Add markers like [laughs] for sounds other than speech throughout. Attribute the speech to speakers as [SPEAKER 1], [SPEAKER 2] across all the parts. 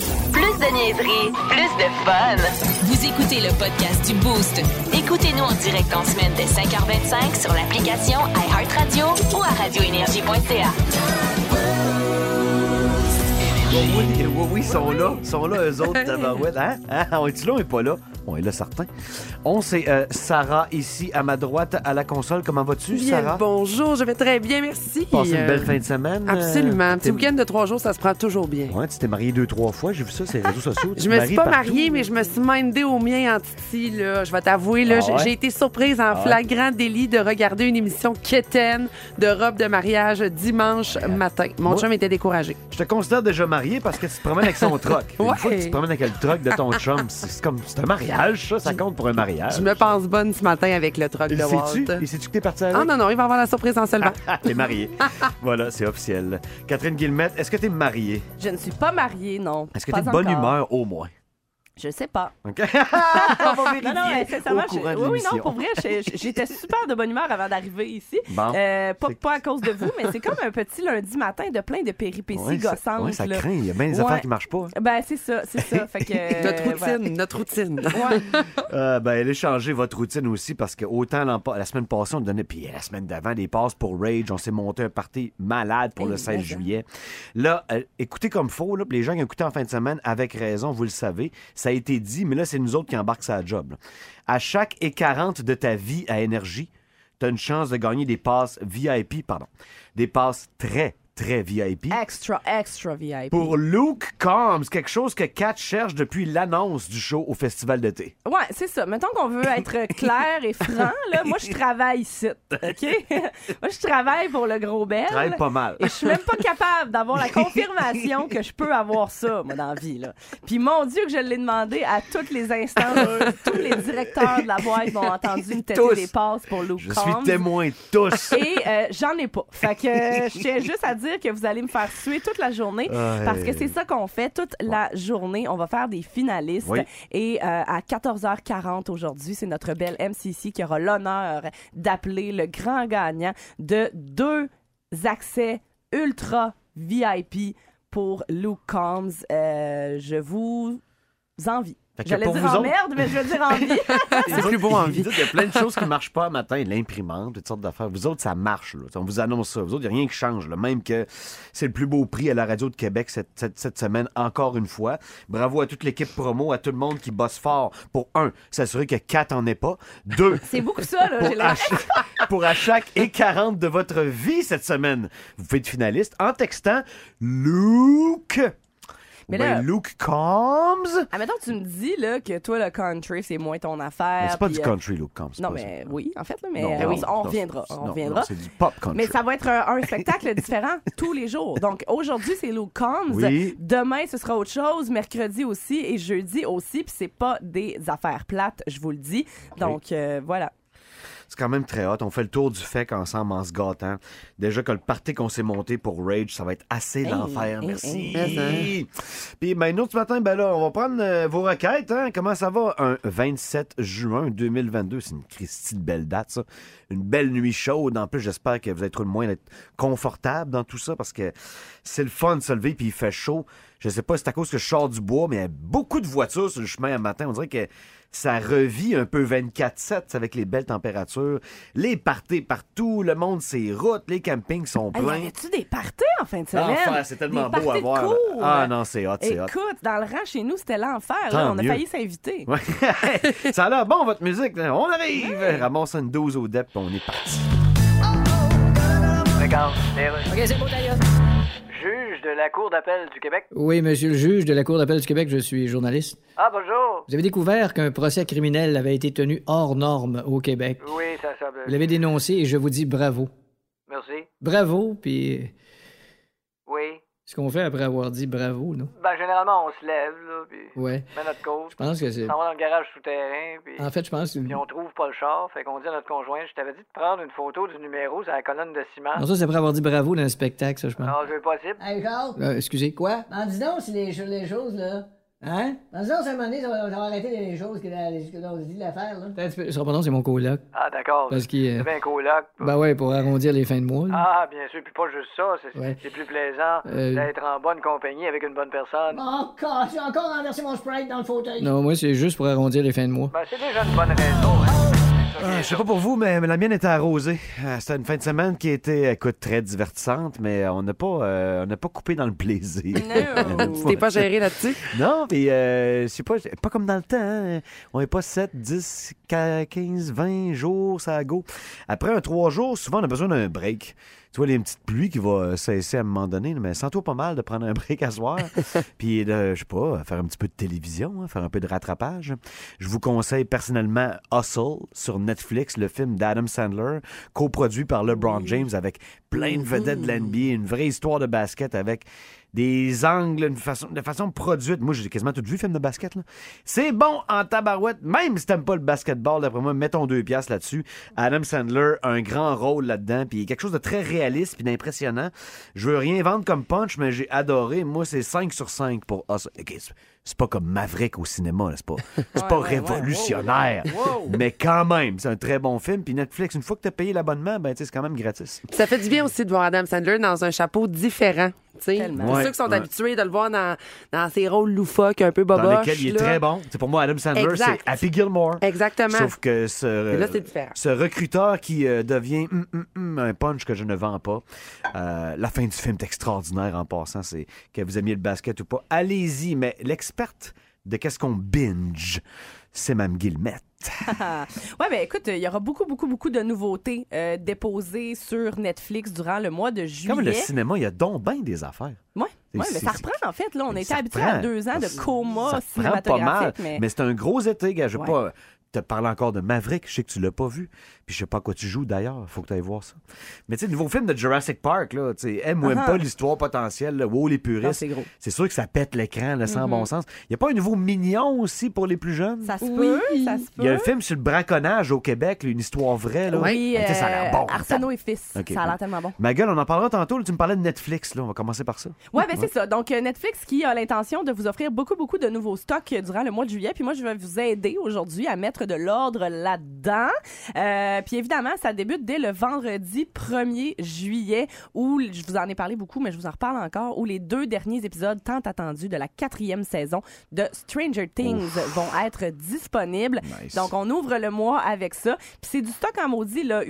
[SPEAKER 1] de niaiserie, plus de fun.
[SPEAKER 2] Vous écoutez le podcast du Boost.
[SPEAKER 1] Écoutez-nous en direct en semaine dès 5h25 sur l'application iHeartRadio ou à radioénergie.ca.
[SPEAKER 3] Oui, oui, oui, oui, ils sont là. Ils sont là, eux autres, tabarouettes. Hein? Hein? On est-tu là? On est pas là. On est là, certain. On, c'est euh, Sarah, ici, à ma droite, à la console. Comment vas-tu,
[SPEAKER 4] Bien,
[SPEAKER 3] Sarah?
[SPEAKER 4] bonjour, je vais très bien, merci.
[SPEAKER 3] Passé une belle
[SPEAKER 4] Euh,
[SPEAKER 3] fin de semaine. euh,
[SPEAKER 4] Absolument.
[SPEAKER 3] t'es-
[SPEAKER 4] Petit week-end de trois jours, ça se prend toujours bien.
[SPEAKER 3] Ouais, tu t'es marié deux, trois fois. J'ai vu ça sur les réseaux sociaux. Tu
[SPEAKER 4] Je me
[SPEAKER 3] te maries
[SPEAKER 4] suis pas
[SPEAKER 3] partout.
[SPEAKER 4] mariée, mais je me suis mindée au mien en titi, là. Je vais t'avouer, là,
[SPEAKER 3] Ah
[SPEAKER 4] j'ai-
[SPEAKER 3] ouais? Ah
[SPEAKER 4] j'ai été surprise en
[SPEAKER 3] ouais?
[SPEAKER 4] flagrant délit de regarder une émission quétaine de robe de mariage dimanche matin. Mon
[SPEAKER 3] Moi-
[SPEAKER 4] chum était découragé.
[SPEAKER 3] Je te considère déjà marié parce que tu te promènes avec son truck. Une
[SPEAKER 4] Ouais.
[SPEAKER 3] fois que tu te promènes avec le truck de ton chum, c'est c'est comme. C'est un mariage, ça. Ça compte pour un mariage.
[SPEAKER 4] Je me pense bonne ce matin avec le truc
[SPEAKER 3] Euh, Il
[SPEAKER 4] de
[SPEAKER 3] sait-tu?
[SPEAKER 4] Walt.
[SPEAKER 3] Il sait-tu que t'es parti avec?
[SPEAKER 4] Ah non, non, il va avoir la surprise en seulement.
[SPEAKER 3] [laughs] Ah, t'es marié.
[SPEAKER 4] [laughs]
[SPEAKER 3] voilà, c'est officiel. Catherine Guillemette, est-ce que t'es mariée?
[SPEAKER 5] Je ne suis pas mariée, non.
[SPEAKER 3] Est-ce que
[SPEAKER 5] Pas
[SPEAKER 3] t'es de bonne
[SPEAKER 5] encore. Euh,
[SPEAKER 3] humeur au moins?
[SPEAKER 5] Je sais pas.
[SPEAKER 3] OK? On va
[SPEAKER 5] [laughs] Non, non,
[SPEAKER 3] vérifier
[SPEAKER 5] mais sincèrement,
[SPEAKER 3] au
[SPEAKER 5] je-
[SPEAKER 3] courant de
[SPEAKER 5] oui, oui, non,
[SPEAKER 3] l'émission.
[SPEAKER 5] pour vrai, je- je- j'étais super de bonne humeur avant d'arriver ici.
[SPEAKER 3] Bon.
[SPEAKER 5] Euh,
[SPEAKER 3] Ah,
[SPEAKER 5] pas,
[SPEAKER 3] C'est-
[SPEAKER 5] pas à cause de vous, mais c'est comme un petit lundi matin de plein de péripéties
[SPEAKER 3] Ouais, ça-
[SPEAKER 5] gossantes.
[SPEAKER 3] ouais, ça
[SPEAKER 5] là.
[SPEAKER 3] craint. Il y a bien des
[SPEAKER 5] Ouais.
[SPEAKER 3] affaires qui marchent pas.
[SPEAKER 5] Ben, c'est ça, c'est ça. Fait que,
[SPEAKER 3] Ah, [laughs]
[SPEAKER 5] euh,
[SPEAKER 4] Notre routine,
[SPEAKER 5] voilà.
[SPEAKER 4] notre routine.
[SPEAKER 3] Euh, ben, elle a changé votre routine aussi parce que autant l'an pa- la semaine passée, on donnait, puis euh, la semaine d'avant, des passes pour Rage. On s'est monté un party malade pour le 16 juillet. Là, euh, écoutez comme faux, là, puis les gens qui ont écouté en fin de semaine, avec raison, vous le savez, ça a été dit, mais là, c'est nous autres qui embarquent sa job. là. À chaque écarante de ta vie à énergie, tu as une chance de gagner des passes VIP, pardon, des passes très, très VIP.
[SPEAKER 5] Extra, extra VIP.
[SPEAKER 3] Pour Luke Combs, quelque chose que Kat cherche depuis l'annonce du show au Festival d'été.
[SPEAKER 5] Ouais, c'est ça. Mettons qu'on veut être clair et franc, là, moi, je travaille ici, OK? [laughs] moi, je travaille pour le gros bel.
[SPEAKER 3] Travaille pas mal.
[SPEAKER 5] Et je suis même pas capable d'avoir la confirmation que je peux avoir ça, moi, dans la vie. Là. Puis mon Dieu, que je l'ai demandé à toutes les instances.
[SPEAKER 3] [laughs]
[SPEAKER 5] tous les directeurs de la boîte m'ont entendu me têter
[SPEAKER 3] Tous.
[SPEAKER 5] des passes pour Luke
[SPEAKER 3] Je suis
[SPEAKER 5] Combs.
[SPEAKER 3] témoin de tous.
[SPEAKER 5] Et euh, j'en ai pas. Fait que euh, je tiens juste à dire que vous allez me faire suer toute la journée
[SPEAKER 3] Ouais.
[SPEAKER 5] parce que c'est ça qu'on fait toute la journée. On va faire des finalistes.
[SPEAKER 3] Oui.
[SPEAKER 5] Et euh, à 14h40 aujourd'hui, c'est notre belle MCC qui aura l'honneur d'appeler le grand gagnant de deux accès ultra VIP pour Luke Combs. Euh, je vous envie.
[SPEAKER 3] Fait que
[SPEAKER 5] J'allais
[SPEAKER 3] pour
[SPEAKER 5] dire
[SPEAKER 3] vous
[SPEAKER 5] en
[SPEAKER 3] autres-
[SPEAKER 5] merde, mais je veux
[SPEAKER 3] [laughs]
[SPEAKER 5] dire envie.
[SPEAKER 3] c'est
[SPEAKER 4] plus beau en vie.
[SPEAKER 3] Il y a plein de choses qui marchent pas à matin. L'imprimante, toutes sortes d'affaires. Vous autres, ça marche. Là. On vous annonce ça. Vous autres, il n'y a rien qui change. là. Même que c'est le plus beau prix à la radio de Québec cette, cette- cette semaine, encore une fois. Bravo à toute l'équipe promo, à tout le monde qui bosse fort pour, un, s'assurer que 4 en est pas. Deux,
[SPEAKER 5] c'est beaucoup ça, là. J'ai
[SPEAKER 3] pour, à
[SPEAKER 5] la-
[SPEAKER 3] chaque, pour à chaque écarante de votre vie cette semaine. Vous faites finaliste en textant Luke.
[SPEAKER 5] Mais
[SPEAKER 3] Ben,
[SPEAKER 5] là-
[SPEAKER 3] Luke Combs.
[SPEAKER 5] Ah, mettons, tu me dis là, que toi, le country, c'est moins ton
[SPEAKER 3] Mais
[SPEAKER 5] affaire.
[SPEAKER 3] c'est pas
[SPEAKER 5] puis,
[SPEAKER 3] du
[SPEAKER 5] euh,
[SPEAKER 3] country, Luke Combs. c'est
[SPEAKER 5] Non,
[SPEAKER 3] pas
[SPEAKER 5] mais
[SPEAKER 3] ça.
[SPEAKER 5] oui, en fait, là, mais
[SPEAKER 3] Non,
[SPEAKER 5] euh,
[SPEAKER 3] non,
[SPEAKER 5] on, on
[SPEAKER 3] non,
[SPEAKER 5] reviendra.
[SPEAKER 3] c'est-
[SPEAKER 5] On
[SPEAKER 3] non,
[SPEAKER 5] reviendra.
[SPEAKER 3] non, c'est du pop country.
[SPEAKER 5] mais ça va être un, un spectacle [laughs] différent tous les jours. Donc, aujourd'hui, c'est Luke Combs.
[SPEAKER 3] Oui.
[SPEAKER 5] Demain, ce sera autre chose. Mercredi aussi et jeudi aussi. Puis, c'est pas des affaires plates, je vous le dis. Donc, euh, voilà.
[SPEAKER 3] C'est quand même très hot. On fait le tour du fait qu'ensemble, en se gâtant, déjà que le party qu'on s'est monté pour Rage, ça va être assez l'enfer.
[SPEAKER 5] hey,
[SPEAKER 3] Merci. Puis maintenant, ce matin, ben là, on va prendre euh, vos requêtes. Hein. Comment ça va? Un 27 juin 2022, c'est une Christie de belle date, ça. Une belle nuit chaude. En plus, j'espère que vous allez trouver le moyen d'être confortable dans tout ça parce que c'est le fun de se lever puis il fait chaud. Je sais pas si c'est à cause que je sors du bois, mais il y a beaucoup de voitures sur le chemin un matin. On dirait que ça revit un peu 24-7 avec les belles températures. Les parties partout, le monde, ses routes, les campings sont
[SPEAKER 5] Hey, y
[SPEAKER 3] pleins.
[SPEAKER 5] avait-tu des parties en fin de semaine?
[SPEAKER 3] L'enfer, Ah, c'est tellement
[SPEAKER 5] Des
[SPEAKER 3] beau à
[SPEAKER 5] parties de
[SPEAKER 3] voir. là.
[SPEAKER 5] cours.
[SPEAKER 3] Ah non, c'est hot, c'est hot.
[SPEAKER 5] Écoute, dans le rang chez nous, c'était l'enfer. là.
[SPEAKER 3] Tant
[SPEAKER 5] On a
[SPEAKER 3] mieux.
[SPEAKER 5] failli s'inviter.
[SPEAKER 3] Ouais. [laughs] ça a l'air bon, votre musique. là. On arrive! Ramasse une dose au dep, on est parti.
[SPEAKER 6] Eh
[SPEAKER 7] Juge de la Cour d'appel du Québec.
[SPEAKER 6] Oui, monsieur le juge de la Cour d'appel du Québec, je suis journaliste.
[SPEAKER 7] Ah, bonjour.
[SPEAKER 6] Vous avez découvert qu'un procès criminel avait été tenu hors norme au Québec.
[SPEAKER 7] Oui, ça, ça.
[SPEAKER 6] Vous l'avez dénoncé et je vous dis bravo.
[SPEAKER 7] Merci.
[SPEAKER 6] Bravo, puis euh,
[SPEAKER 7] Oui.
[SPEAKER 6] ce qu'on fait après avoir dit bravo, non?
[SPEAKER 7] Ben, généralement, on se lève, là, puis
[SPEAKER 6] Ouais.
[SPEAKER 7] on met notre cause.
[SPEAKER 6] Je pense que c'est.
[SPEAKER 7] On s'en va dans le garage souterrain, puis...
[SPEAKER 6] En fait, je pense que.
[SPEAKER 7] puis on trouve pas le char, fait qu'on dit à notre conjoint, je t'avais dit de prendre une photo du numéro sur la colonne de ciment.
[SPEAKER 6] Non, ça, c'est après avoir dit bravo dans le spectacle, ça, je pense.
[SPEAKER 7] Ah, c'est possible.
[SPEAKER 8] Hey Charles, Ben,
[SPEAKER 6] Euh, excusez, quoi?
[SPEAKER 8] en dis donc, c'est les, cho- les choses, là.
[SPEAKER 6] Hein?
[SPEAKER 8] Dans le sens, à un moment donné, ça va, ça va arrêter les choses que, la- ce que l'on dit de la faire, là.
[SPEAKER 6] Attends un petit peu. Son prénom, c'est mon coloc.
[SPEAKER 7] Ah, d'accord.
[SPEAKER 6] Parce qu'il. euh,
[SPEAKER 7] C'est bien coloc.
[SPEAKER 6] ben ouais, pour arrondir les fins de mois. là.
[SPEAKER 7] Ah, bien sûr, puis pas juste ça, c'est
[SPEAKER 6] Ouais.
[SPEAKER 7] c'est plus plaisant
[SPEAKER 6] Euh,
[SPEAKER 7] d'être en bonne compagnie avec une bonne personne.
[SPEAKER 8] Oh, God, j'ai encore renversé mon Sprite dans le fauteuil.
[SPEAKER 6] Non, moi, c'est juste pour arrondir les fins de mois.
[SPEAKER 7] Ben, c'est déjà une bonne raison. hein. C'est ça,
[SPEAKER 3] Ah,
[SPEAKER 7] c'est
[SPEAKER 3] je sais
[SPEAKER 7] ça.
[SPEAKER 3] pas pour vous, mais mais la mienne était arrosée. Euh, C'était une fin de semaine qui était, écoute, très divertissante, mais on n'a pas, euh, on n'a pas coupé dans le plaisir. [laughs]
[SPEAKER 4] Tu t'es pas géré là-dessus?
[SPEAKER 3] Non, mais euh, c'est pas, pas comme dans le temps. hein. On n'est pas 7, 10, 15, 20 jours, ça go. Après un 3 jours, souvent, on a besoin d'un break. Tu vois, il y a une petite pluie qui va cesser à un moment donné, mais sens-toi pas mal de prendre un [laughs] break à soir. Puis, de, je sais pas, faire un petit peu de télévision, hein, faire un peu de rattrapage. Je vous conseille personnellement Hustle sur Netflix, le film d'Adam Sandler, coproduit par LeBron James avec plein de vedettes de l'NBA, une vraie histoire de basket avec des angles, une façon, de façon produite. Moi, j'ai quasiment tout vu, film de basket. là. C'est bon en tabarouette, même si t'aimes pas le basketball, d'après moi, mettons deux piastres là-dessus. Adam Sandler a un grand rôle là-dedans, puis quelque chose de très réaliste puis d'impressionnant. Je veux rien vendre comme punch, mais j'ai adoré. Moi, c'est 5 sur 5 pour Us. Ok, c'est- c'est pas comme Maverick au cinéma, là. c'est pas, c'est pas révolutionnaire, mais quand même, c'est un très bon film. Puis Netflix, une fois que t'as payé l'abonnement, ben, tu sais, c'est quand même gratis.
[SPEAKER 4] Ça fait du bien aussi de voir Adam Sandler dans un chapeau différent. tu sais.
[SPEAKER 5] Tellement.
[SPEAKER 4] Pour
[SPEAKER 3] Ouais,
[SPEAKER 4] ceux qui sont
[SPEAKER 3] ouais.
[SPEAKER 4] habitués de le voir dans, dans ses rôles loufoques, un peu
[SPEAKER 3] Dans
[SPEAKER 4] boboches.
[SPEAKER 3] lequel il est
[SPEAKER 4] là.
[SPEAKER 3] très bon. C'est pour moi, Adam Sandler, c'est
[SPEAKER 4] Exact.
[SPEAKER 3] Happy Gilmore.
[SPEAKER 4] Exactement.
[SPEAKER 3] Sauf que ce,
[SPEAKER 4] Mais là, c'est
[SPEAKER 5] [laughs]
[SPEAKER 4] différent.
[SPEAKER 3] ce recruteur qui euh, devient hum, hum, hum, un punch que je ne vends pas. euh, la fin du film est extraordinaire en passant. C'est que vous aimiez le basket ou pas. Allez-y, mais l'experte de qu'est-ce qu'on binge, c'est Mme Guillemette.
[SPEAKER 5] ouais, ben écoute, il y aura beaucoup, beaucoup, beaucoup de nouveautés euh, déposées sur Netflix durant le mois de juillet.
[SPEAKER 3] Comme le cinéma, il y a donc bien des affaires.
[SPEAKER 5] Ouais, ouais, mais
[SPEAKER 3] C'est-
[SPEAKER 5] ça reprend en fait. Là, on
[SPEAKER 3] Mais
[SPEAKER 5] était
[SPEAKER 3] ça
[SPEAKER 5] habitué
[SPEAKER 3] prend.
[SPEAKER 5] à deux ans de
[SPEAKER 3] Ça- ça prend
[SPEAKER 5] coma
[SPEAKER 3] pas
[SPEAKER 5] cinématographique,
[SPEAKER 3] mal.
[SPEAKER 5] mais,
[SPEAKER 3] Mais, c'est un gros été, gars. Je veux
[SPEAKER 5] Ouais.
[SPEAKER 3] pas te parler encore de Maverick. Je sais que tu l'as pas vu. Puis je sais pas à quoi tu joues d'ailleurs. Faut que tu ailles voir ça. Mais tu sais, le nouveau film de Jurassic Park, là, tu sais, aime ou aime
[SPEAKER 5] Ah-ha.
[SPEAKER 3] pas l'histoire potentielle, là, wow, les
[SPEAKER 5] Uh-huh. Non,
[SPEAKER 3] puristes.
[SPEAKER 5] c'est gros. Mm-hmm.
[SPEAKER 3] C'est sûr que ça pète l'écran, là, sans bon sens. Il n'y a pas un nouveau mignon aussi pour les plus jeunes?
[SPEAKER 5] ça se peut, ça se
[SPEAKER 3] Il y a
[SPEAKER 5] peut.
[SPEAKER 3] un film sur le braconnage au Québec, là, une histoire vraie. Là.
[SPEAKER 5] Oui,
[SPEAKER 3] Ah, tu sais, ça a l'air
[SPEAKER 5] euh,
[SPEAKER 3] bon.
[SPEAKER 5] Arsenault et fils,
[SPEAKER 3] Ok,
[SPEAKER 5] ça a
[SPEAKER 3] ouais.
[SPEAKER 5] l'air tellement bon.
[SPEAKER 3] Ma gueule, on en parlera tantôt. là, tu me parlais de Netflix. Là. On va commencer par ça.
[SPEAKER 5] Ouais, ben c'est ça. Donc euh, Netflix qui a l'intention de vous offrir beaucoup beaucoup de nouveaux stocks euh, durant le mois de juillet. Puis moi je vais vous aider aujourd'hui à mettre de l'ordre là-dedans. Euh, puis évidemment ça débute dès le vendredi 1er juillet où l- je vous en ai parlé beaucoup, mais je vous en reparle encore où les deux derniers épisodes tant attendus de la quatrième saison de Stranger Things vont être disponibles.
[SPEAKER 3] Nice.
[SPEAKER 5] Donc on ouvre le mois avec ça. Puis c'est du stock en maudit là,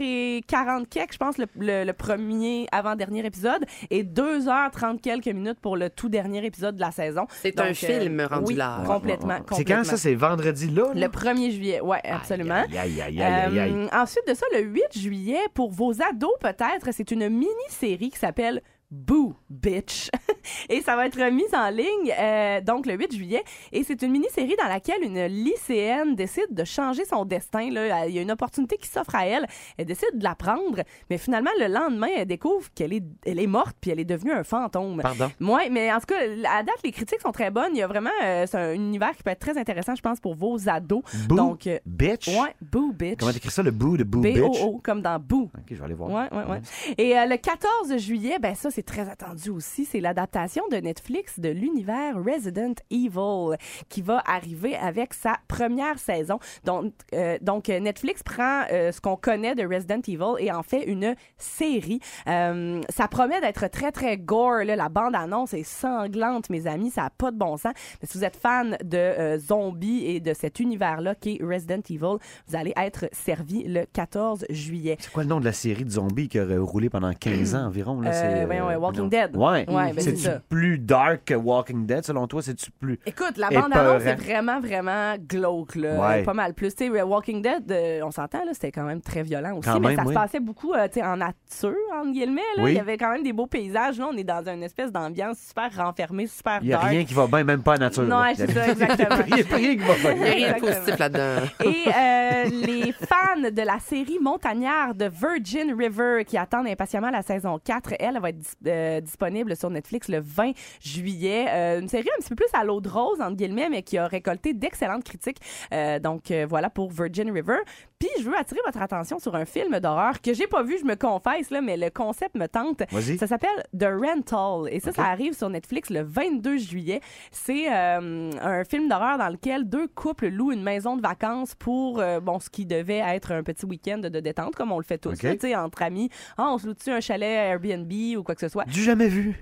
[SPEAKER 5] 1h40 quelques, je pense le, le- le premier avant-dernier épisode et 2h30 quelques minutes pour le tout dernier épisode de la saison.
[SPEAKER 4] C'est
[SPEAKER 5] Donc,
[SPEAKER 4] un
[SPEAKER 5] euh,
[SPEAKER 4] film rendu
[SPEAKER 5] oui,
[SPEAKER 4] là.
[SPEAKER 5] complètement,
[SPEAKER 3] C'est quand ça?
[SPEAKER 5] complètement.
[SPEAKER 3] C'est vendredi là?
[SPEAKER 5] Le
[SPEAKER 3] là?
[SPEAKER 5] 1er juillet, ouais, absolument.
[SPEAKER 3] Aïe, aïe, aïe, aïe, aïe, aïe.
[SPEAKER 5] Euh, ensuite de ça, le 8 juillet, pour vos ados peut-être, c'est une mini-série qui s'appelle Boo Bitch. [laughs] et ça va être mis en ligne euh, donc le 8 juillet. Et c'est une mini-série dans laquelle une lycéenne décide de changer son destin. Là. Elle- Il y a une opportunité qui s'offre à elle. Elle décide de la prendre. Mais finalement, le lendemain, elle découvre qu'elle est, elle est morte puis elle est devenue un fantôme.
[SPEAKER 3] Pardon?
[SPEAKER 5] Oui, mais en tout cas, à date, les critiques sont très bonnes. Il y a vraiment euh, c'est un univers qui peut être très intéressant, je pense, pour vos ados.
[SPEAKER 3] Boo
[SPEAKER 5] Donc, euh,
[SPEAKER 3] bitch?
[SPEAKER 5] ouais, Boo Bitch.
[SPEAKER 3] Comment t'écris ça, le boo de boo bitch?
[SPEAKER 5] B-O-O, comme dans Boo.
[SPEAKER 3] Ok, je vais aller voir.
[SPEAKER 5] Ouais, ouais, ouais. Et euh, le 14 juillet, ben ça, c'est très attendu aussi. C'est l'adaptation de Netflix de l'univers Resident Evil qui va arriver avec sa première saison. Donc, euh, donc euh, Netflix prend euh, ce qu'on connaît de Resident Evil et en fait une série. Euh, ça promet d'être très, très gore. là. La bande-annonce est sanglante, mes amis. Ça n'a pas de bon sens. Mais si vous êtes fan de euh, zombies et de cet univers-là qui est Resident Evil, vous allez être servi le 14 juillet.
[SPEAKER 3] C'est quoi le nom de la série de zombies qui aurait roulé pendant 15 ans environ? Là,
[SPEAKER 5] Euh,
[SPEAKER 3] c'est,
[SPEAKER 5] voyons, ouais, Walking
[SPEAKER 3] non.
[SPEAKER 5] Dead.
[SPEAKER 3] Ouais.
[SPEAKER 5] Ouais, ben, c'est
[SPEAKER 3] C'est-tu
[SPEAKER 5] ça.
[SPEAKER 3] plus dark que Walking Dead, selon toi? C'est-tu plus...
[SPEAKER 5] Écoute, la
[SPEAKER 3] Épeurant.
[SPEAKER 5] bande-annonce est vraiment, vraiment glauque. Là.
[SPEAKER 3] Ouais.
[SPEAKER 5] Pas mal plus. Tu sais, Walking Dead, euh, on s'entend, là, c'était quand même très violent aussi,
[SPEAKER 3] Quand
[SPEAKER 5] mais
[SPEAKER 3] même,
[SPEAKER 5] ça
[SPEAKER 3] oui.
[SPEAKER 5] se passait beaucoup euh, tu sais, en nature, entre guillemets. Là.
[SPEAKER 3] Oui.
[SPEAKER 5] Il y avait quand même des beaux paysages. Là, on est dans une espèce d'ambiance super renfermée, super
[SPEAKER 3] Il n'y a
[SPEAKER 5] dark.
[SPEAKER 3] rien qui va bien, même pas en nature.
[SPEAKER 5] Non,
[SPEAKER 3] là.
[SPEAKER 5] ouais, c'est ça, exactement.
[SPEAKER 3] [laughs] Il n'y a rien qui va bien.
[SPEAKER 4] Il n'y a rien de
[SPEAKER 5] Exactement.
[SPEAKER 4] positif là-dedans.
[SPEAKER 5] [laughs] Et euh, les fans de la série montagnard de Virgin River qui attendent impatiemment la saison 4, elle va être dis- euh, disponible sur Netflix le 20 juillet. Euh, une série un petit peu plus à l'eau de rose, entre guillemets, mais qui a récolté d'excellentes critiques. Euh, donc euh, voilà pour Virgin River. Puis je veux attirer votre attention sur un film d'horreur que j'ai pas vu, je me confesse, là, mais le concept me tente.
[SPEAKER 3] Vas-y.
[SPEAKER 5] Ça s'appelle The Rental. Et ça, ça arrive sur Netflix le 22 juillet. C'est euh, un film d'horreur dans lequel deux couples louent une maison de vacances pour euh, bon, ce qui devait être un petit week-end de détente, comme on le fait tous,
[SPEAKER 3] OK.
[SPEAKER 5] là, tu sais, entre amis. Ah, on se loue-tu un chalet Airbnb ou quoi que ce soit?
[SPEAKER 3] Du jamais vu.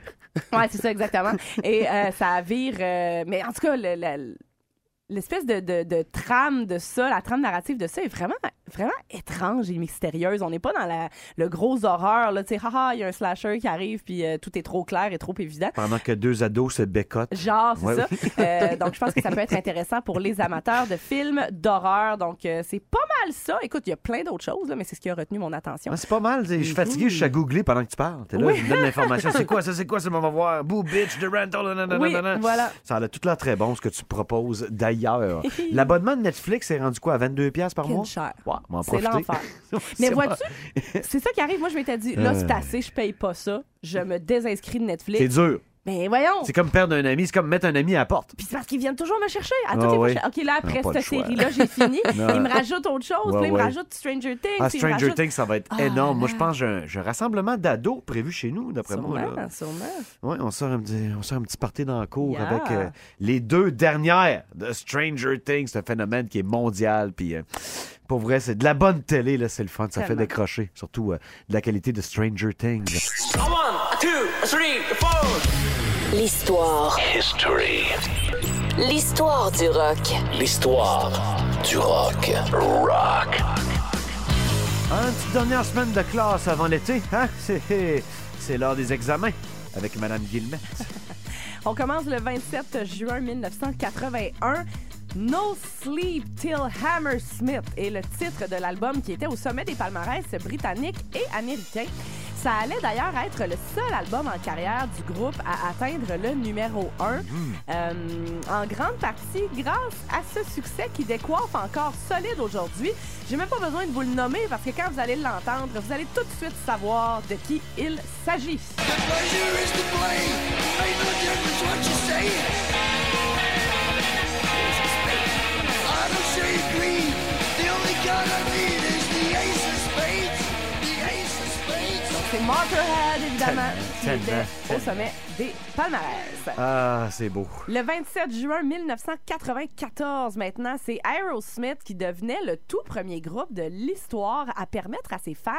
[SPEAKER 5] Ouais, c'est ça, exactement. Et euh, ça vire. euh, mais en tout cas, le- le- l'espèce de, de, de trame de ça, la trame narrative de ça est vraiment, vraiment étrange et mystérieuse. On n'est pas dans la, le gros horreur, là, tu sais, haha, il y a un slasher qui arrive, puis euh, tout est trop clair et trop évident.
[SPEAKER 3] Pendant que deux ados se bécotent.
[SPEAKER 5] Genre, c'est
[SPEAKER 3] Ouais,
[SPEAKER 5] ça.
[SPEAKER 3] [laughs]
[SPEAKER 5] Euh, donc, je pense que ça peut être intéressant pour les amateurs de films d'horreur. Donc, euh, c'est pas mal ça. Écoute, il y a plein d'autres choses, là, mais c'est ce qui a retenu mon attention.
[SPEAKER 3] Ah, c'est pas mal. Je suis fatigué, je suis à googler pendant que tu parles. T'es là, tu me donnes l'information.
[SPEAKER 5] [laughs]
[SPEAKER 3] C'est quoi ça? C'est quoi ça? On va voir. Boo, bitch, de rental. nanana,
[SPEAKER 5] Oui,
[SPEAKER 3] nanana.
[SPEAKER 5] voilà.
[SPEAKER 3] Ça a tout l'air très bon, ce que tu proposes
[SPEAKER 5] [laughs]
[SPEAKER 3] d'ailleurs. L'abonnement de Netflix est rendu quoi? À 22$ piastres par
[SPEAKER 5] Quelle
[SPEAKER 3] mois?
[SPEAKER 5] chair.
[SPEAKER 3] Ouais, on va en
[SPEAKER 5] C'est
[SPEAKER 3] profiter. [laughs]
[SPEAKER 5] l'enfer.
[SPEAKER 3] C'est
[SPEAKER 5] Mais
[SPEAKER 3] bon.
[SPEAKER 5] vois-tu, c'est ça qui arrive. Moi, je m'étais dit, là, c'est assez, je paye pas ça. Je me désinscris de
[SPEAKER 3] C'est
[SPEAKER 5] Netflix.
[SPEAKER 3] dur.
[SPEAKER 5] Mais voyons!
[SPEAKER 3] C'est comme perdre un ami. C'est comme mettre un ami à la porte.
[SPEAKER 5] Puis c'est parce qu'ils viennent toujours me chercher. À toutes
[SPEAKER 3] Ah
[SPEAKER 5] les
[SPEAKER 3] oui.
[SPEAKER 5] fois, je- OK, là, après
[SPEAKER 3] pas le
[SPEAKER 5] cette
[SPEAKER 3] choix.
[SPEAKER 5] série-là, j'ai fini.
[SPEAKER 3] [laughs] Non.
[SPEAKER 5] Ils me rajoutent autre chose.
[SPEAKER 3] Ouais,
[SPEAKER 5] puis ils me
[SPEAKER 3] ouais.
[SPEAKER 5] rajoutent Stranger Things.
[SPEAKER 3] Ah,
[SPEAKER 5] puis ils me
[SPEAKER 3] Stranger
[SPEAKER 5] rajoutent-
[SPEAKER 3] Things, ça va être
[SPEAKER 5] Ah,
[SPEAKER 3] énorme. Moi,
[SPEAKER 5] là.
[SPEAKER 3] je pense que j'ai un, j'ai un rassemblement d'ados prévu chez nous, d'après moi.
[SPEAKER 5] Sûrement,
[SPEAKER 3] là.
[SPEAKER 5] sûrement.
[SPEAKER 3] Ouais, on, sort un petit, on sort un petit party dans la cour
[SPEAKER 5] Yeah.
[SPEAKER 3] avec euh, les deux dernières de Stranger Things. C'est un phénomène qui est mondial. Puis, euh, pour vrai, c'est de la bonne télé, là, c'est le fun. Ça fait
[SPEAKER 5] Tellement.
[SPEAKER 3] décrocher, surtout euh, de la qualité de Stranger Things.
[SPEAKER 2] L'histoire. L'histoire du rock.
[SPEAKER 9] L'histoire du rock. Rock.
[SPEAKER 3] Une petite dernière semaine de classe avant l'été, hein? [laughs] C'est, c'est l'heure des examens avec Madame Guillemette.
[SPEAKER 5] [laughs] On commence le 27 juin 1981. No Sleep Till Hammersmith est le titre de l'album qui était au sommet des palmarès britanniques et américains. Ça allait d'ailleurs être le seul album en carrière du groupe à atteindre le numéro 1, euh, en grande partie grâce à ce succès qui décoiffe encore solide aujourd'hui. J'ai même pas besoin de vous le nommer parce que quand vous allez l'entendre, vous allez tout de suite savoir de qui il s'agit. C'est Motorhead, évidemment, qui
[SPEAKER 3] Tellement,
[SPEAKER 5] était au
[SPEAKER 3] tellement.
[SPEAKER 5] sommet des palmarès.
[SPEAKER 3] Ah, c'est beau.
[SPEAKER 5] Le 27 juin 1994, maintenant, c'est Aerosmith qui devenait le tout premier groupe de l'histoire à permettre à ses fans